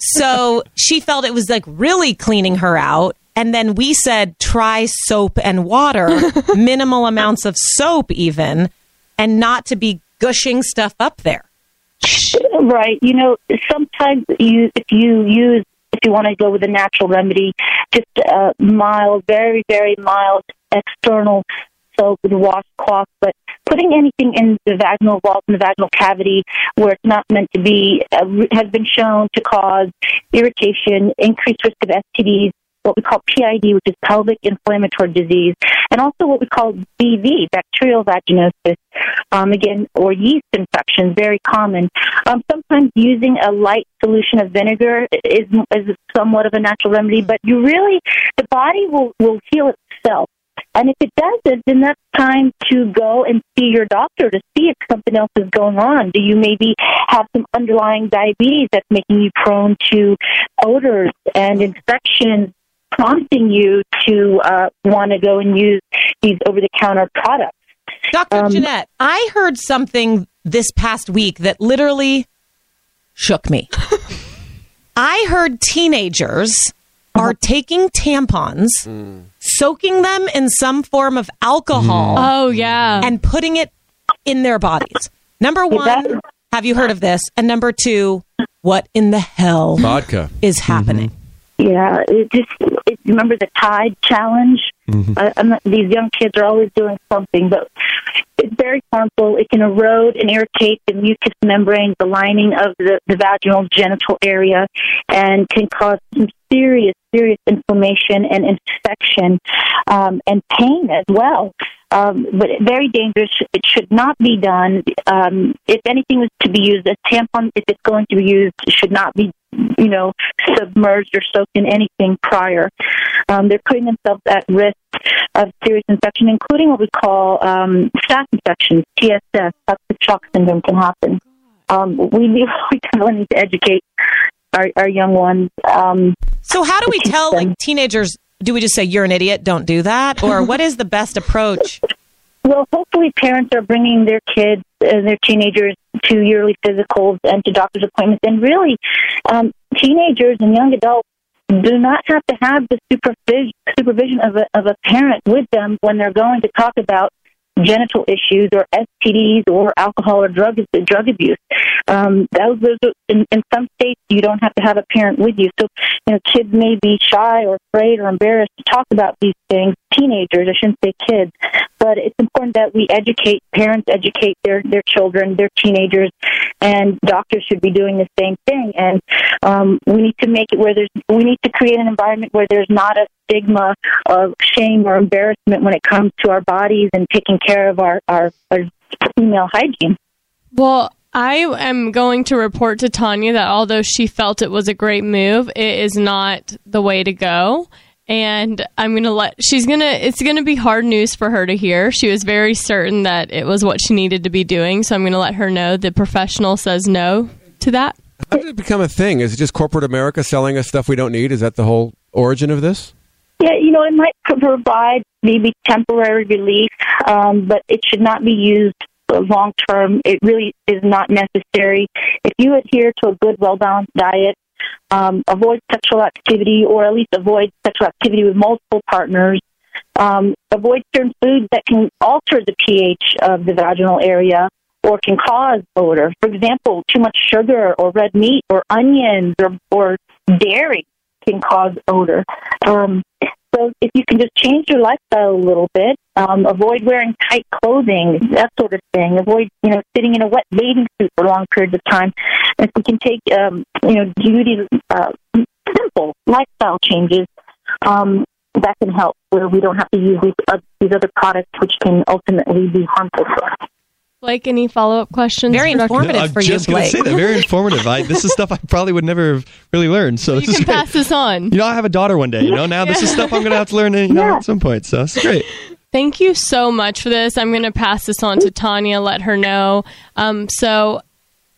S9: so she felt it was like really cleaning her out. And then we said, try soap and water, minimal amounts of soap, even, and not to be gushing stuff up there.
S10: Right. You know, sometimes you, if you use, if you want to go with a natural remedy, just a mild, very, very mild external soap with a washcloth, but putting anything in the vaginal vault, in the vaginal cavity, where it's not meant to be, uh, has been shown to cause irritation, increased risk of STDs, what we call PID, which is pelvic inflammatory disease, and also what we call BV, bacterial vaginosis, um, again, or yeast infections, very common. Um, sometimes using a light solution of vinegar is, is somewhat of a natural remedy, but you really, the body will, will heal itself. And if it doesn't, then that's time to go and see your doctor to see if something else is going on. Do you maybe have some underlying diabetes that's making you prone to odors and infections, prompting you to uh, want to go and use these over the counter products?
S9: Dr. Jeanette, I heard something this past week that literally shook me. I heard teenagers are taking tampons, soaking them in some form of alcohol.
S6: Oh, yeah.
S9: And putting it in their bodies. Number
S6: Is that-
S9: one, have you heard of this? And number two, what in the hell
S7: Vodka.
S9: is happening?
S10: Yeah, it just it, remember the Tide Challenge. I, I'm not, these young kids are always doing something, but it's very harmful. It can erode and irritate the mucous membrane, the lining of the, the vaginal genital area, and can cause some serious, serious inflammation and infection um, and pain as well. Um, but very dangerous. It should not be done. Um, if anything was to be used, a tampon, if it's going to be used, should not be, you know, submerged or soaked in anything prior. Um, they're putting themselves at risk of serious infection, including what we call um, staph infections, TSS, toxic shock syndrome can happen. Um, we need, we definitely need to educate our, our young ones. Um,
S9: So how do we tell like teenagers? Do we just say you're an idiot? Don't do that, or what is the best approach?
S10: Well, hopefully, parents are bringing their kids and their teenagers to yearly physicals and to doctor's appointments. And really, um, teenagers and young adults do not have to have the supervision, supervision of, a, of a parent with them when they're going to talk about genital issues or STDs or alcohol or drug drug abuse. Um, those, those are, in, in some states, you don't have to have a parent with you. So, you know, kids may be shy or afraid or embarrassed to talk about these things. Teenagers, I shouldn't say kids, but it's important that we educate parents, educate their their children, their teenagers, and doctors should be doing the same thing. And um, we need to make it where there's we need to create an environment where there's not a stigma of shame or embarrassment when it comes to our bodies and taking care of our, our, our female hygiene.
S6: Well, I am going to report to Tanya that although she felt it was a great move, it is not the way to go. And I'm going to let, she's going to, it's going to be hard news for her to hear. She was very certain that it was what she needed to be doing. So I'm going to let her know the professional says no to that.
S7: How did it become a thing? Is it just corporate America selling us stuff we don't need? Is that the whole origin of this?
S10: Yeah, you know, it might pro- provide maybe temporary relief, um, but it should not be used long term. It really is not necessary. If you adhere to a good, well balanced diet, um, avoid sexual activity, or at least avoid sexual activity with multiple partners, um, avoid certain foods that can alter the pH of the vaginal area or can cause odor. For example, too much sugar or red meat or onions or, or dairy can cause odor. Um, so if you can just change your lifestyle a little bit, um, avoid wearing tight clothing, that sort of thing. Avoid you know sitting in a wet bathing suit for long periods of time. If we can take um, you know duty uh, simple lifestyle changes, um, that can help where we don't have to use these, uh, these other products, which can ultimately be harmful for us.
S6: Blake, any follow up questions? Very
S8: I'm just gonna say that very informative. I, this is stuff I probably would never have really learned. So
S6: you
S8: this is
S6: can
S8: great.
S6: pass this on.
S8: You know, I have a daughter one day. You know, now this is
S6: Yeah.
S8: stuff I'm gonna have to learn. You know, at some point. So it's great.
S6: Thank you so much for this. I'm going to pass this on to Tanya, let her know. Um, so,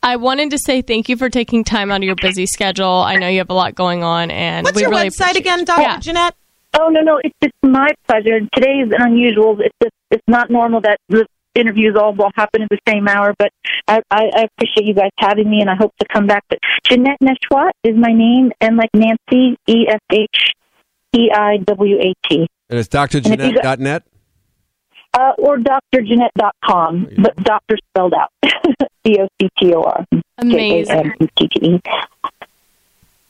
S6: I wanted to say thank you for taking time out of your busy schedule. I know you have a lot going on, and
S9: What's
S6: we
S9: your
S6: really
S9: website
S6: appreciate-
S9: again, Dr.
S6: Yeah.
S9: Jeanette?
S10: Oh no, no, it's it's my pleasure. And Today is unusual. It's just, it's not normal that the interviews all will happen at the same hour. But I, I, I appreciate you guys having me, and I hope to come back. But Jeanette Neshwat is my name, and like Nancy, E S H E I W A T,
S7: And it's drjeanette.net?
S10: uh, or drjeanette.com, but doctor spelled out, D O C T O R.
S6: Amazing.
S10: J-A-N-E-T-T-E.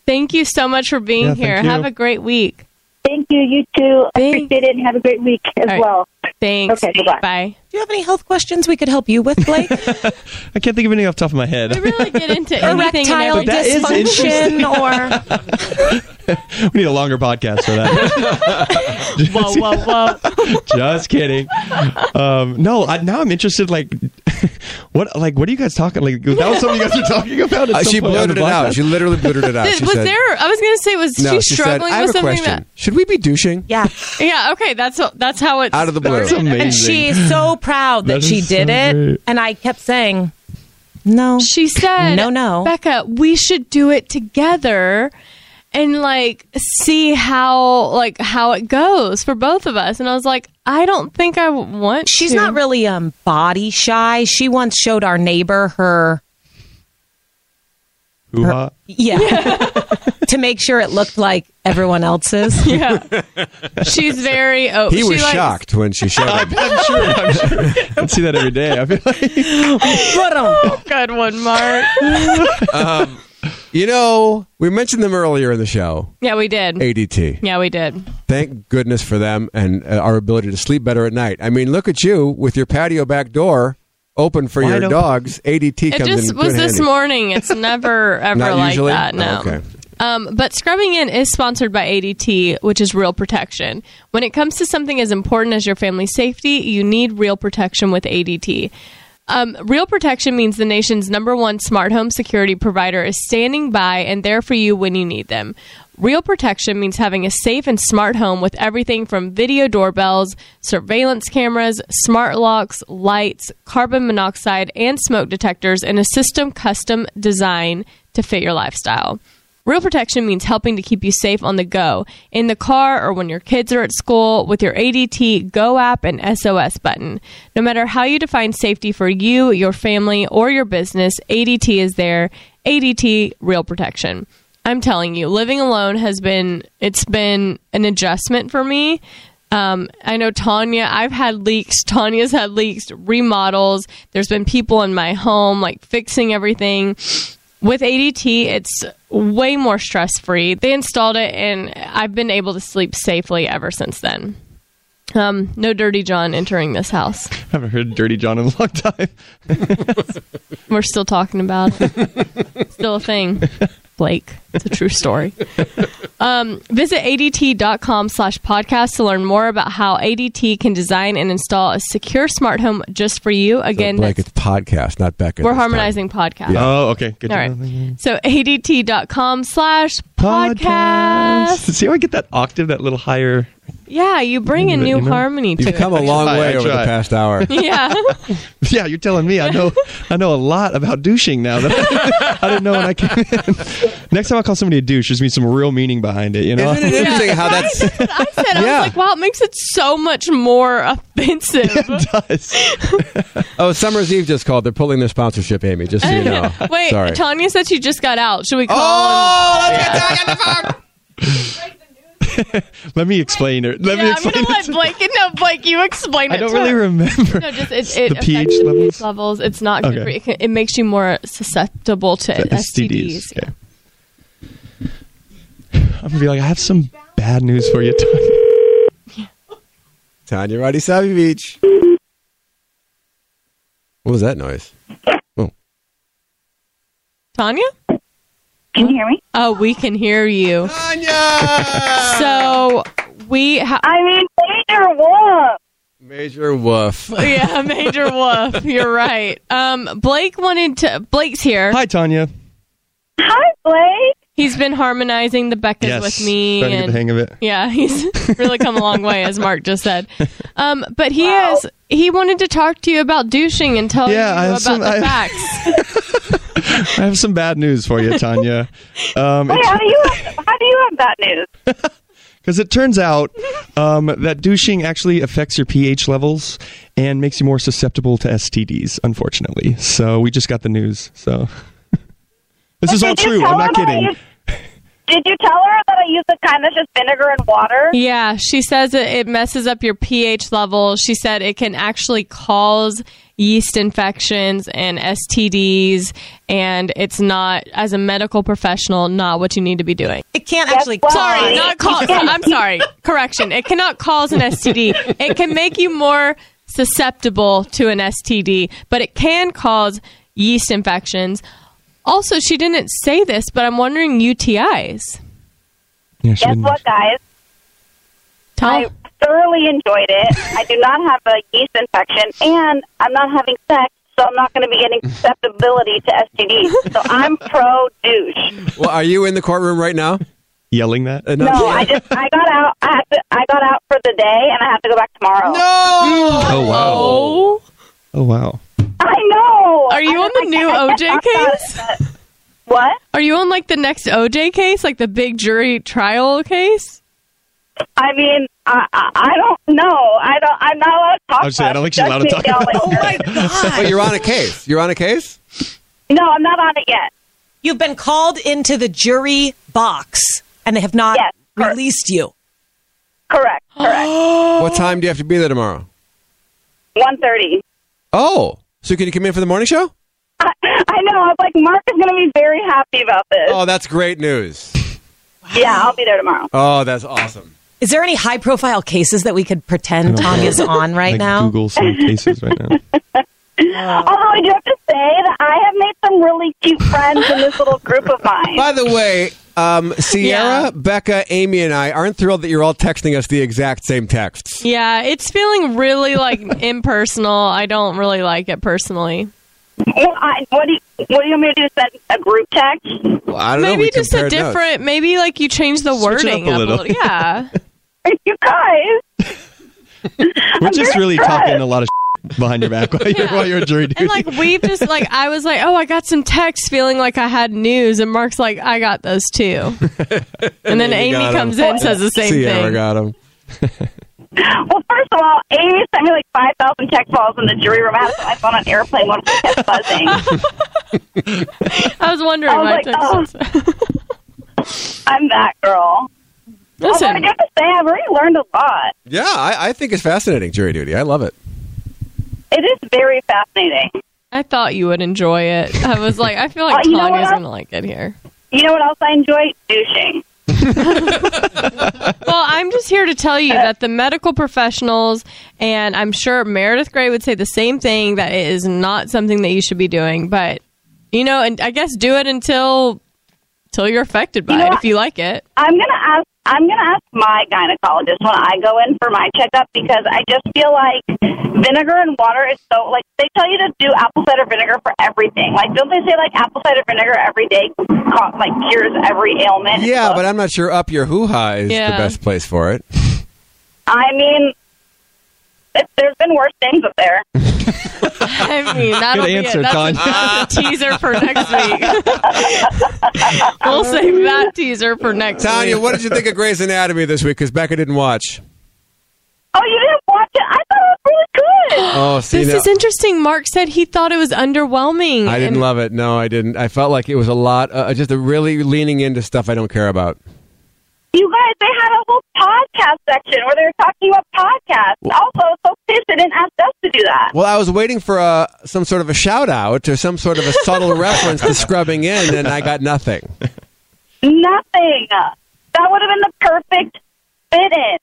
S6: Thank you so much for being
S10: Yeah, thank
S6: here.
S10: you.
S6: Have a great week.
S10: Thank you. You too. Appreciate it, and have a great week as well.
S6: Thanks.
S10: Okay. Bye.
S6: Bye.
S9: Do you have any health questions we could help you with, Blake?
S8: I can't think of anything off the top of my head.
S6: Really get into anything and
S9: Erectile
S6: everything.
S8: That is
S9: dysfunction
S8: interesting.
S9: or
S8: we need a longer podcast for that.
S6: whoa, whoa, whoa.
S8: Just kidding. Um, no, I, now I'm interested. Like, what? Like, what are you guys talking? Like, that was something you guys were talking about. at
S7: Uh,
S8: some
S7: she
S8: point on
S7: blurted
S8: the
S7: it out.
S8: podcast.
S7: She literally blurted it out.
S6: Did-
S7: She
S6: was
S7: said,
S6: there? I was gonna say, was
S7: no,
S6: she
S7: she
S6: struggling
S7: said, I have
S6: with
S7: a
S6: something
S7: question. Should we be douching?
S9: Yeah.
S6: that? Yeah. Okay. That's that's how it's
S7: Out of the blue.
S6: started.
S9: And she's so proud that,
S7: That
S9: she
S7: is
S9: did
S7: so
S9: it.
S7: great.
S9: And I kept saying, no.
S6: She said,
S9: No, no.
S6: Becca, we should do it together." And like see how like how it goes for both of us, and I was like, I don't think I want.
S9: She's
S6: to.
S9: not really um body shy. She once showed our neighbor her
S8: Hoo-ha.
S9: yeah to make sure it looked like everyone else's.
S6: Yeah. She's very. Oh,
S7: He
S6: she
S7: was
S6: likes-
S7: shocked when she showed him.
S8: I'm sure. I'm sure. I see that every day. I feel like
S6: Good Oh, one, Mark.
S7: Um, you know, we mentioned them earlier in the show.
S6: yeah, we did.
S7: ADT.
S6: Yeah, we did.
S7: Thank goodness for them and uh, our ability to sleep better at night. I mean, look at you with your patio back door open for
S8: Wide
S7: your
S8: open.
S7: dogs. ADT
S6: It
S7: comes
S6: just
S7: in
S6: was
S7: good
S6: this
S7: handy.
S6: morning. It's never ever
S7: Not
S6: like
S7: usually?
S6: that.
S7: Oh,
S6: No.
S7: okay.
S6: Um, but scrubbing in is sponsored by ADT, which is Real Protection. When it comes to something as important as your family's safety, you need Real Protection with ADT. Um, Real Protection means the nation's number one smart home security provider is standing by and there for you when you need them. Real protection means having a safe and smart home with everything from video doorbells, surveillance cameras, smart locks, lights, carbon monoxide, and smoke detectors in a system custom designed to fit your lifestyle. Real protection means helping to keep you safe on the go, in the car, or when your kids are at school with your ADT Go app and SOS button. No matter how you define safety for you, your family, or your business, ADT is there. ADT Real Protection. I'm telling you, living alone has been it's been an adjustment for me. Um, I know Tanya. I've had leaks. Tanya's had leaks. Remodels. There's been people in my home like fixing everything. With ADT, it's way more stress free. They installed it, and I've been able to sleep safely ever since then. Um, no dirty John entering this house.
S8: I haven't heard Dirty John in a long time.
S6: We're still talking about it. still a thing. Blake, it's a true story. Um, visit ADT.com slash podcast to learn more about how ADT can design and install a secure smart home just for you. Again,
S7: Blake, it's podcast, not Becca.
S6: we're
S7: this time.
S6: harmonizing podcast.
S8: Oh, okay. Good.
S6: All
S8: to
S6: right.
S8: know.
S6: So ADT.com slash podcast.
S8: See how I get that octave, that little higher.
S6: Yeah, you bring a
S8: You
S6: new
S8: know?
S6: harmony to
S7: You've come a
S6: it.
S7: long
S8: I-
S7: way
S8: I
S7: over the
S8: tried.
S7: past hour.
S6: yeah.
S8: Yeah, you're telling me. I know. I know a lot about douching now that I, didn't know when I came in. Next time I call somebody a douche, there's gonna be some real meaning behind it. You know.
S7: Isn't it interesting how that's
S6: I said, I
S7: Yeah.
S6: was like, wow, it makes it so much more offensive.
S8: It does.
S7: Oh, Summer's Eve just called. They're pulling their sponsorship, Amy, just so you know.
S6: Wait,
S7: Sorry.
S6: Tanya said she just got out. Should we call?
S7: oh, let's get Tanya on the phone.
S8: Let me explain it.
S6: and-
S8: Let me
S6: yeah, I'm
S8: explain
S6: gonna
S8: it.
S6: let Blake. No, Blake, you explain it.
S8: I don't
S6: to
S8: really
S6: her.
S8: remember.
S6: No, just it, it
S8: The
S6: affects
S8: pH
S6: the
S8: levels?
S6: pH levels. It's not good.
S8: Okay.
S6: for you. It, can- it makes you more susceptible to
S8: The
S6: STDs.
S8: STDs. Okay. I'm gonna be like, I have some bad news for you.
S7: Tanya Radisavovich. What was that noise? Oh,
S6: Tanya?
S10: Can you hear me?
S6: Oh, we can hear you.
S7: Tanya!
S6: So we ha-
S10: I mean, major wolf.
S7: Major woof.
S6: yeah, major woof. You're right. Um, Blake wanted to. Blake's here.
S8: Hi, Tanya.
S10: Hi, Blake.
S6: He's been harmonizing the Beccas
S8: yes.
S6: with me.
S8: Trying to get
S6: and-
S8: the hang of it.
S6: Yeah, he's really come a long way, as Mark just said. Um, but he has he wanted to talk to you about douching and tell
S8: Yeah, I
S6: you
S8: have
S6: about
S8: some-
S6: the
S8: I-
S6: facts.
S8: I have some bad news for you, Tanya. Um,
S10: Wait, how do you have, how do you have that news?
S8: Because it turns out um, that douching actually affects your pH levels and makes you more susceptible to STDs, unfortunately. So we just got the news. So this is all
S10: Did you
S8: true.
S10: tell
S8: I'm
S10: her
S8: not
S10: that I
S8: kidding.
S10: used- Did you tell her that I use the kind that's just vinegar and water?
S6: yeah, she says it, it messes up your pH level. She said it can actually cause yeast infections and STDs, and it's not as a medical professional not what you need to be doing.
S9: It can't actually
S10: why-
S6: Sorry,
S9: cause-
S6: not cause. I'm sorry. Correction. It cannot cause an STD. It can make you more susceptible to an STD, but it can cause yeast infections. Also, she didn't say this, but I'm wondering UTIs.
S8: Yeah, she
S11: Guess
S8: wouldn't-
S11: what, guys? I thoroughly enjoyed it. I do not have a yeast infection, and I'm not having sex, so I'm not going to be getting susceptibility to STDs. So I'm pro douche.
S7: Well, are you in the courtroom right now?
S8: Yelling that?
S11: No, I just I got out. I have to, I got out for the day, and I have to go back tomorrow. No.
S8: Oh wow.
S6: Oh.
S8: Oh wow.
S11: I know.
S6: Are you on the new OJ case?
S11: What?
S6: Are you on like the next OJ case, like the big jury trial case?
S11: I mean, I, I I don't know. I don't. I'm not allowed to talk.
S7: I was saying, I don't think she's
S11: about
S7: allowed
S11: it.
S7: to
S11: Just
S7: talk
S11: make
S9: Oh
S11: y'all
S7: about
S11: later.
S7: But you're on a case. You're on a case?
S11: No, I'm not on it yet.
S9: You've been called into the jury box, and they have not released you.
S11: Correct.
S6: Oh,
S11: Correct.
S7: What time do you have to be there tomorrow?
S11: One thirty.
S7: Oh, so can you come in for the morning show?
S11: I, I know. I'm like, Mark is going to be very happy about this.
S7: Oh, that's great news.
S11: Yeah, I'll be there tomorrow.
S7: Oh, that's awesome.
S9: Is there any high-profile cases that we could pretend Tanya's on right
S8: Like,
S9: now?
S8: Google some cases right now. Oh.
S11: Although I do have to say that I have made some really cute friends in this little group of mine.
S7: By the way, um, Sierra, Becca, Amy, and I aren't thrilled that you're all texting us the exact same texts.
S6: Yeah, it's feeling really like impersonal. I don't really like it personally.
S11: Well, I, what do you what do you want me to do? Send a group text?
S7: Well, I don't know.
S6: Maybe
S7: We
S6: just a
S7: compared notes.
S6: different. Maybe like you change the
S7: Switch it up
S6: wording
S7: a little.
S6: Yeah.
S11: you guys.
S8: We're just
S6: very
S8: really
S6: stressed.
S8: talking a lot of shit behind your back while you're, while you're a jury duty.
S6: And like we've just like I was like, oh, I got some text feeling like I had news, and Mark's like, I got those too. And then
S7: You
S6: Amy
S7: got 'em.
S6: comes in and says the same
S7: Sierra
S6: thing.
S7: got 'em.
S11: Well, first of all, Amy sent me like five thousand text calls in the jury room. I had my phone on airplane when we kept buzzing.
S6: I was wondering
S11: I was
S6: why
S11: like,
S6: it took
S11: oh.
S6: so-
S11: I'm that girl.
S6: Listen.
S11: Although I have to say, I've already learned a lot.
S7: Yeah, I, I think it's fascinating, jury duty. I love it.
S11: It is very fascinating.
S6: I thought you would enjoy it. I was like, I feel like
S11: Uh, you know what
S6: Tanya's
S11: else?
S6: gonna like it here.
S11: You know what else I enjoy? Douching.
S6: Well, I'm just here to tell you that the medical professionals, and I'm sure Meredith Gray would say the same thing, that it is not something that you should be doing. But, you know, and I guess do it until, until you're affected by
S11: know
S6: it,
S11: what?
S6: if you like it.
S11: I'm gonna ask. I'm gonna ask my gynecologist when I go in for my checkup because I just feel like vinegar and water is so like they tell you to do apple cider vinegar for everything. Like, don't they say like apple cider vinegar every day ca- like cures every ailment?
S7: Yeah, but I'm not sure up your hoo ha is
S11: Yeah.
S7: the best place for it.
S11: I mean, it, there's been worse things up there.
S6: I mean, that'll be
S7: answer,
S6: it. That's,
S7: Con.
S6: a, that's a teaser for next week. we'll save that teaser for next week.
S7: Tanya, what did you think of Grey's Anatomy this week? Because Becca didn't watch.
S11: Oh, you didn't watch it? I thought it was really good.
S7: Oh, see,
S6: this
S7: now-
S6: is interesting. Mark said he thought it was underwhelming.
S7: I didn't
S6: and-
S7: love it. No, I didn't. I felt like it was a lot, uh, just a really leaning into stuff I don't care about.
S11: You guys, they had a whole podcast section where they were talking about podcasts. Also, so pissed they didn't ask us to do that.
S7: Well, I was waiting for uh, some sort of a shout out or some sort of a subtle reference to scrubbing in, and I got nothing.
S11: Nothing. That would have been the perfect fit in.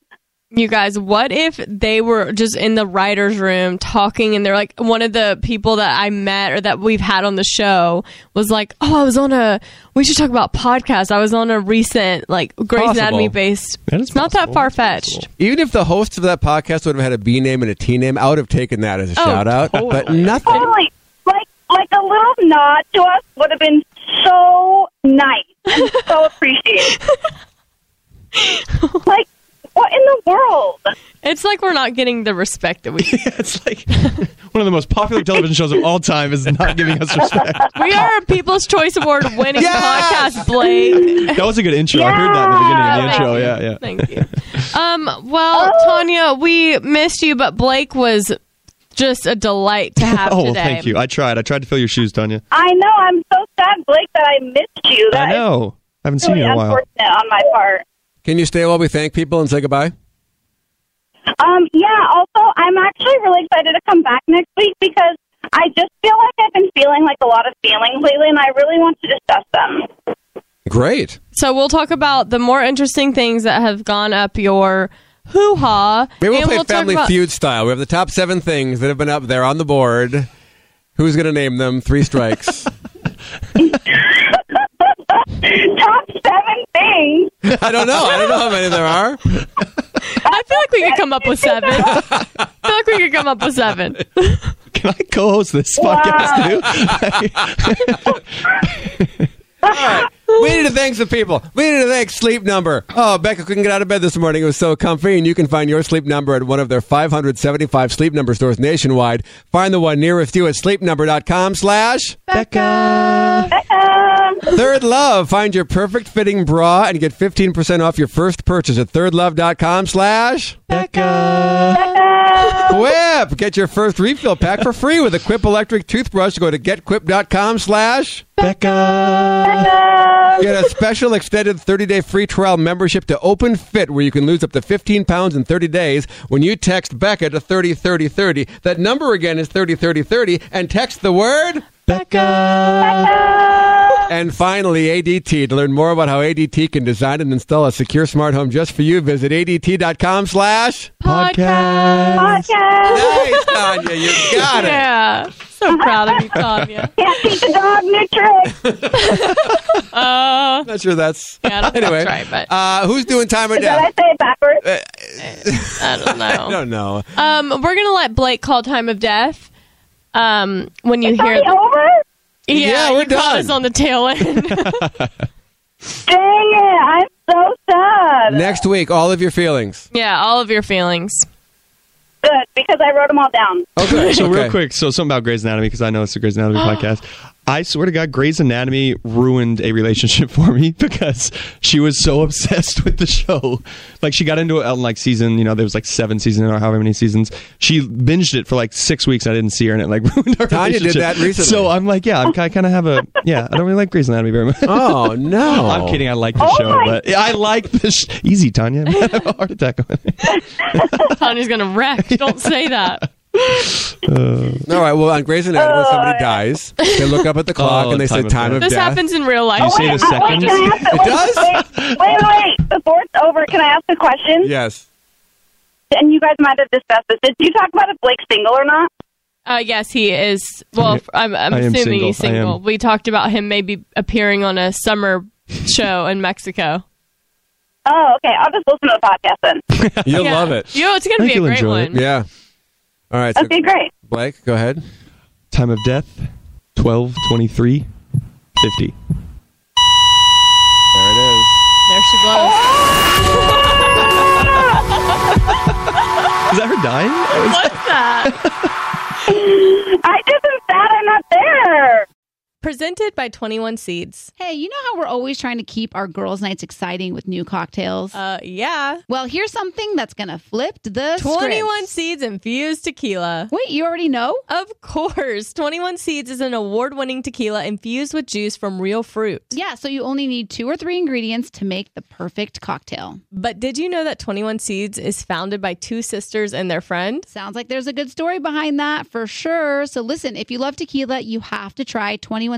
S6: You guys, what if they were just in the writer's room talking and they're like, one of the people that I met or that we've had on the show was like, oh, I was on a, we should talk about podcasts. I was on a recent, like, Grey's
S7: Possible.
S6: Anatomy based. It's not that far fetched.
S7: Even if the hosts of that podcast would have had a B name and a T name, I would have taken that as a
S6: Oh,
S7: shout out. But nothing.
S10: Oh.
S11: Totally. Like, like a little nod to us would have been so nice and so appreciated. like, what in the world?
S6: It's like we're not getting the respect that we
S8: it's like One of the most popular television shows of all time is not giving us respect.
S6: we are a People's Choice Award winning podcast, Blake.
S8: That was a good intro. I heard that in the beginning of the intro. Yeah, yeah.
S6: Thank you. Um, well,
S8: Oh!
S6: Tanya, we missed you, but Blake was just a delight to have
S8: Oh, well,
S6: today.
S8: thank you. I tried. I tried to fill your shoes, Tanya.
S11: I know. I'm so sad, Blake, that I missed you. That
S8: I
S11: is
S8: know. I haven't seen
S11: really
S8: you in a while.
S11: unfortunate on my part.
S7: Can you stay while we thank people and say goodbye?
S11: Um, yeah, also, I'm actually really excited to come back next week because I just feel like I've been feeling like a lot of feelings lately and I really want to discuss them.
S7: Great.
S6: So we'll talk about the more interesting things that have gone up your hoo ha.
S7: Maybe we'll play Family Feud style. We have the top seven things that have been up there on the board. Who's going to name them? Three strikes.
S11: Top seven things.
S7: I don't know. I don't know how many there are.
S6: I feel like we could come up with seven. I feel like we could come up with seven.
S8: Can I co-host this
S6: Wow.
S8: podcast too?
S7: All right. We need to thank some people. We need to thank Sleep Number. Oh, Becca couldn't get out of bed this morning. It was so comfy. And you can find your Sleep Number at one of their 575 Sleep Number stores nationwide. Find the one nearest you at sleepnumber.com slash...
S6: Becca.
S10: uh,
S7: Third Love. Find your perfect fitting bra and get 15% off your first purchase at thirdlove.com slash... Quip. Get your first refill pack for free with a Quip electric toothbrush. Go to getquip.com slash...
S8: Becca.
S7: Get a special extended 30-day free trial membership to Open Fit where you can lose up to 15 pounds in 30 days when you text Becca to 303030. That number again is 303030 and text the word Becca. And finally, ADT. To learn more about how ADT can design and install a secure smart home just for you, visit ADT.com slash
S6: Podcast.
S7: Nice, Tanya. You got it.
S6: Yeah. So proud of you, Tanya.
S10: Can't teach a dog new tricks.
S6: Uh,
S7: Not sure that's
S6: yeah, I don't think
S7: anyway.
S6: that's right, but
S7: uh, who's doing time right
S10: Did I
S7: now?
S10: say it backwards?
S6: I don't
S7: I
S6: know.
S7: don't know.
S6: Um, we're gonna let Blake call time of death. Um, when you
S10: It's
S6: hear
S10: already over?
S6: yeah,
S7: Yeah, we're
S6: you caught
S7: done.
S6: us on the tail end.
S10: Dang it. I'm so sad.
S7: Next week, all of your feelings.
S6: yeah, all of your feelings.
S10: Good, because I wrote them all down.
S7: Okay.
S8: so
S7: okay.
S8: real quick, so something about Grey's Anatomy because I know it's a Grey's Anatomy podcast. I swear to God, Grey's Anatomy ruined a relationship for me because she was so obsessed with the show. Like she got into it on like season, you know, there was like seven seasons or however many seasons. She binged it for like six weeks. I didn't see her, and it like ruined our
S7: Tanya did
S8: relationship.
S7: that recently.
S8: So I'm like, yeah, I'm, I kind of have a yeah. I don't really like Grey's Anatomy very much.
S7: Oh no!
S8: I'm kidding. I like the
S10: Oh
S8: show,
S10: my-
S8: but I like the sh- easy Tanya. I have a heart attack.
S6: Tanya's gonna wreck. Don't say that.
S8: Uh,
S7: All right. Well, on Grey's Anatomy, when
S10: Oh,
S7: somebody dies, they look up at the clock
S8: Oh,
S7: and they say
S8: time of
S7: time of
S6: This
S7: death.
S6: happens in real life.
S8: You see the
S10: Uh,
S8: second.
S10: wait, can I ask
S7: It does?
S10: Wait, wait, wait. Before it's over, can I ask a question?
S7: Yes.
S10: And you guys might have discussed this. Did you talk about if Blake's single or not?
S6: Uh, yes, he is. Well, I'm, I'm
S8: I am
S6: assuming
S8: single.
S6: he's
S8: I am.
S6: single. We talked about him maybe appearing on a summer show in Mexico.
S10: Oh, okay. I'll just listen to the podcast then.
S7: You'll
S6: Yeah.
S7: love it.
S6: Yo, it's
S8: I
S6: gonna
S8: think
S6: be a
S8: you'll
S6: great
S8: enjoy it.
S6: one.
S7: Yeah. All right. So
S10: Okay, great.
S7: Blake, go ahead.
S8: Time of death 12 23 50.
S7: There it is.
S6: There she goes.
S8: Is that her dying?
S6: What's that?
S10: I just am sad I'm not there.
S6: Presented by Twenty One Seeds.
S1: Hey, you know how we're always trying to keep our girls' nights exciting with new cocktails?
S6: Uh, yeah.
S1: well, here's something that's going to flip the
S6: Twenty One
S1: script.
S6: Seeds infused tequila.
S1: Wait, you already know?
S6: Of course, 21 Seeds is an award winning tequila infused with juice from real fruit.
S1: Yeah, so you only need two or three ingredients to make the perfect cocktail.
S6: But did you know that 21 Seeds is founded by two sisters and their friend?
S1: Sounds like there's a good story behind that for sure. So listen, if you love tequila, you have to try 21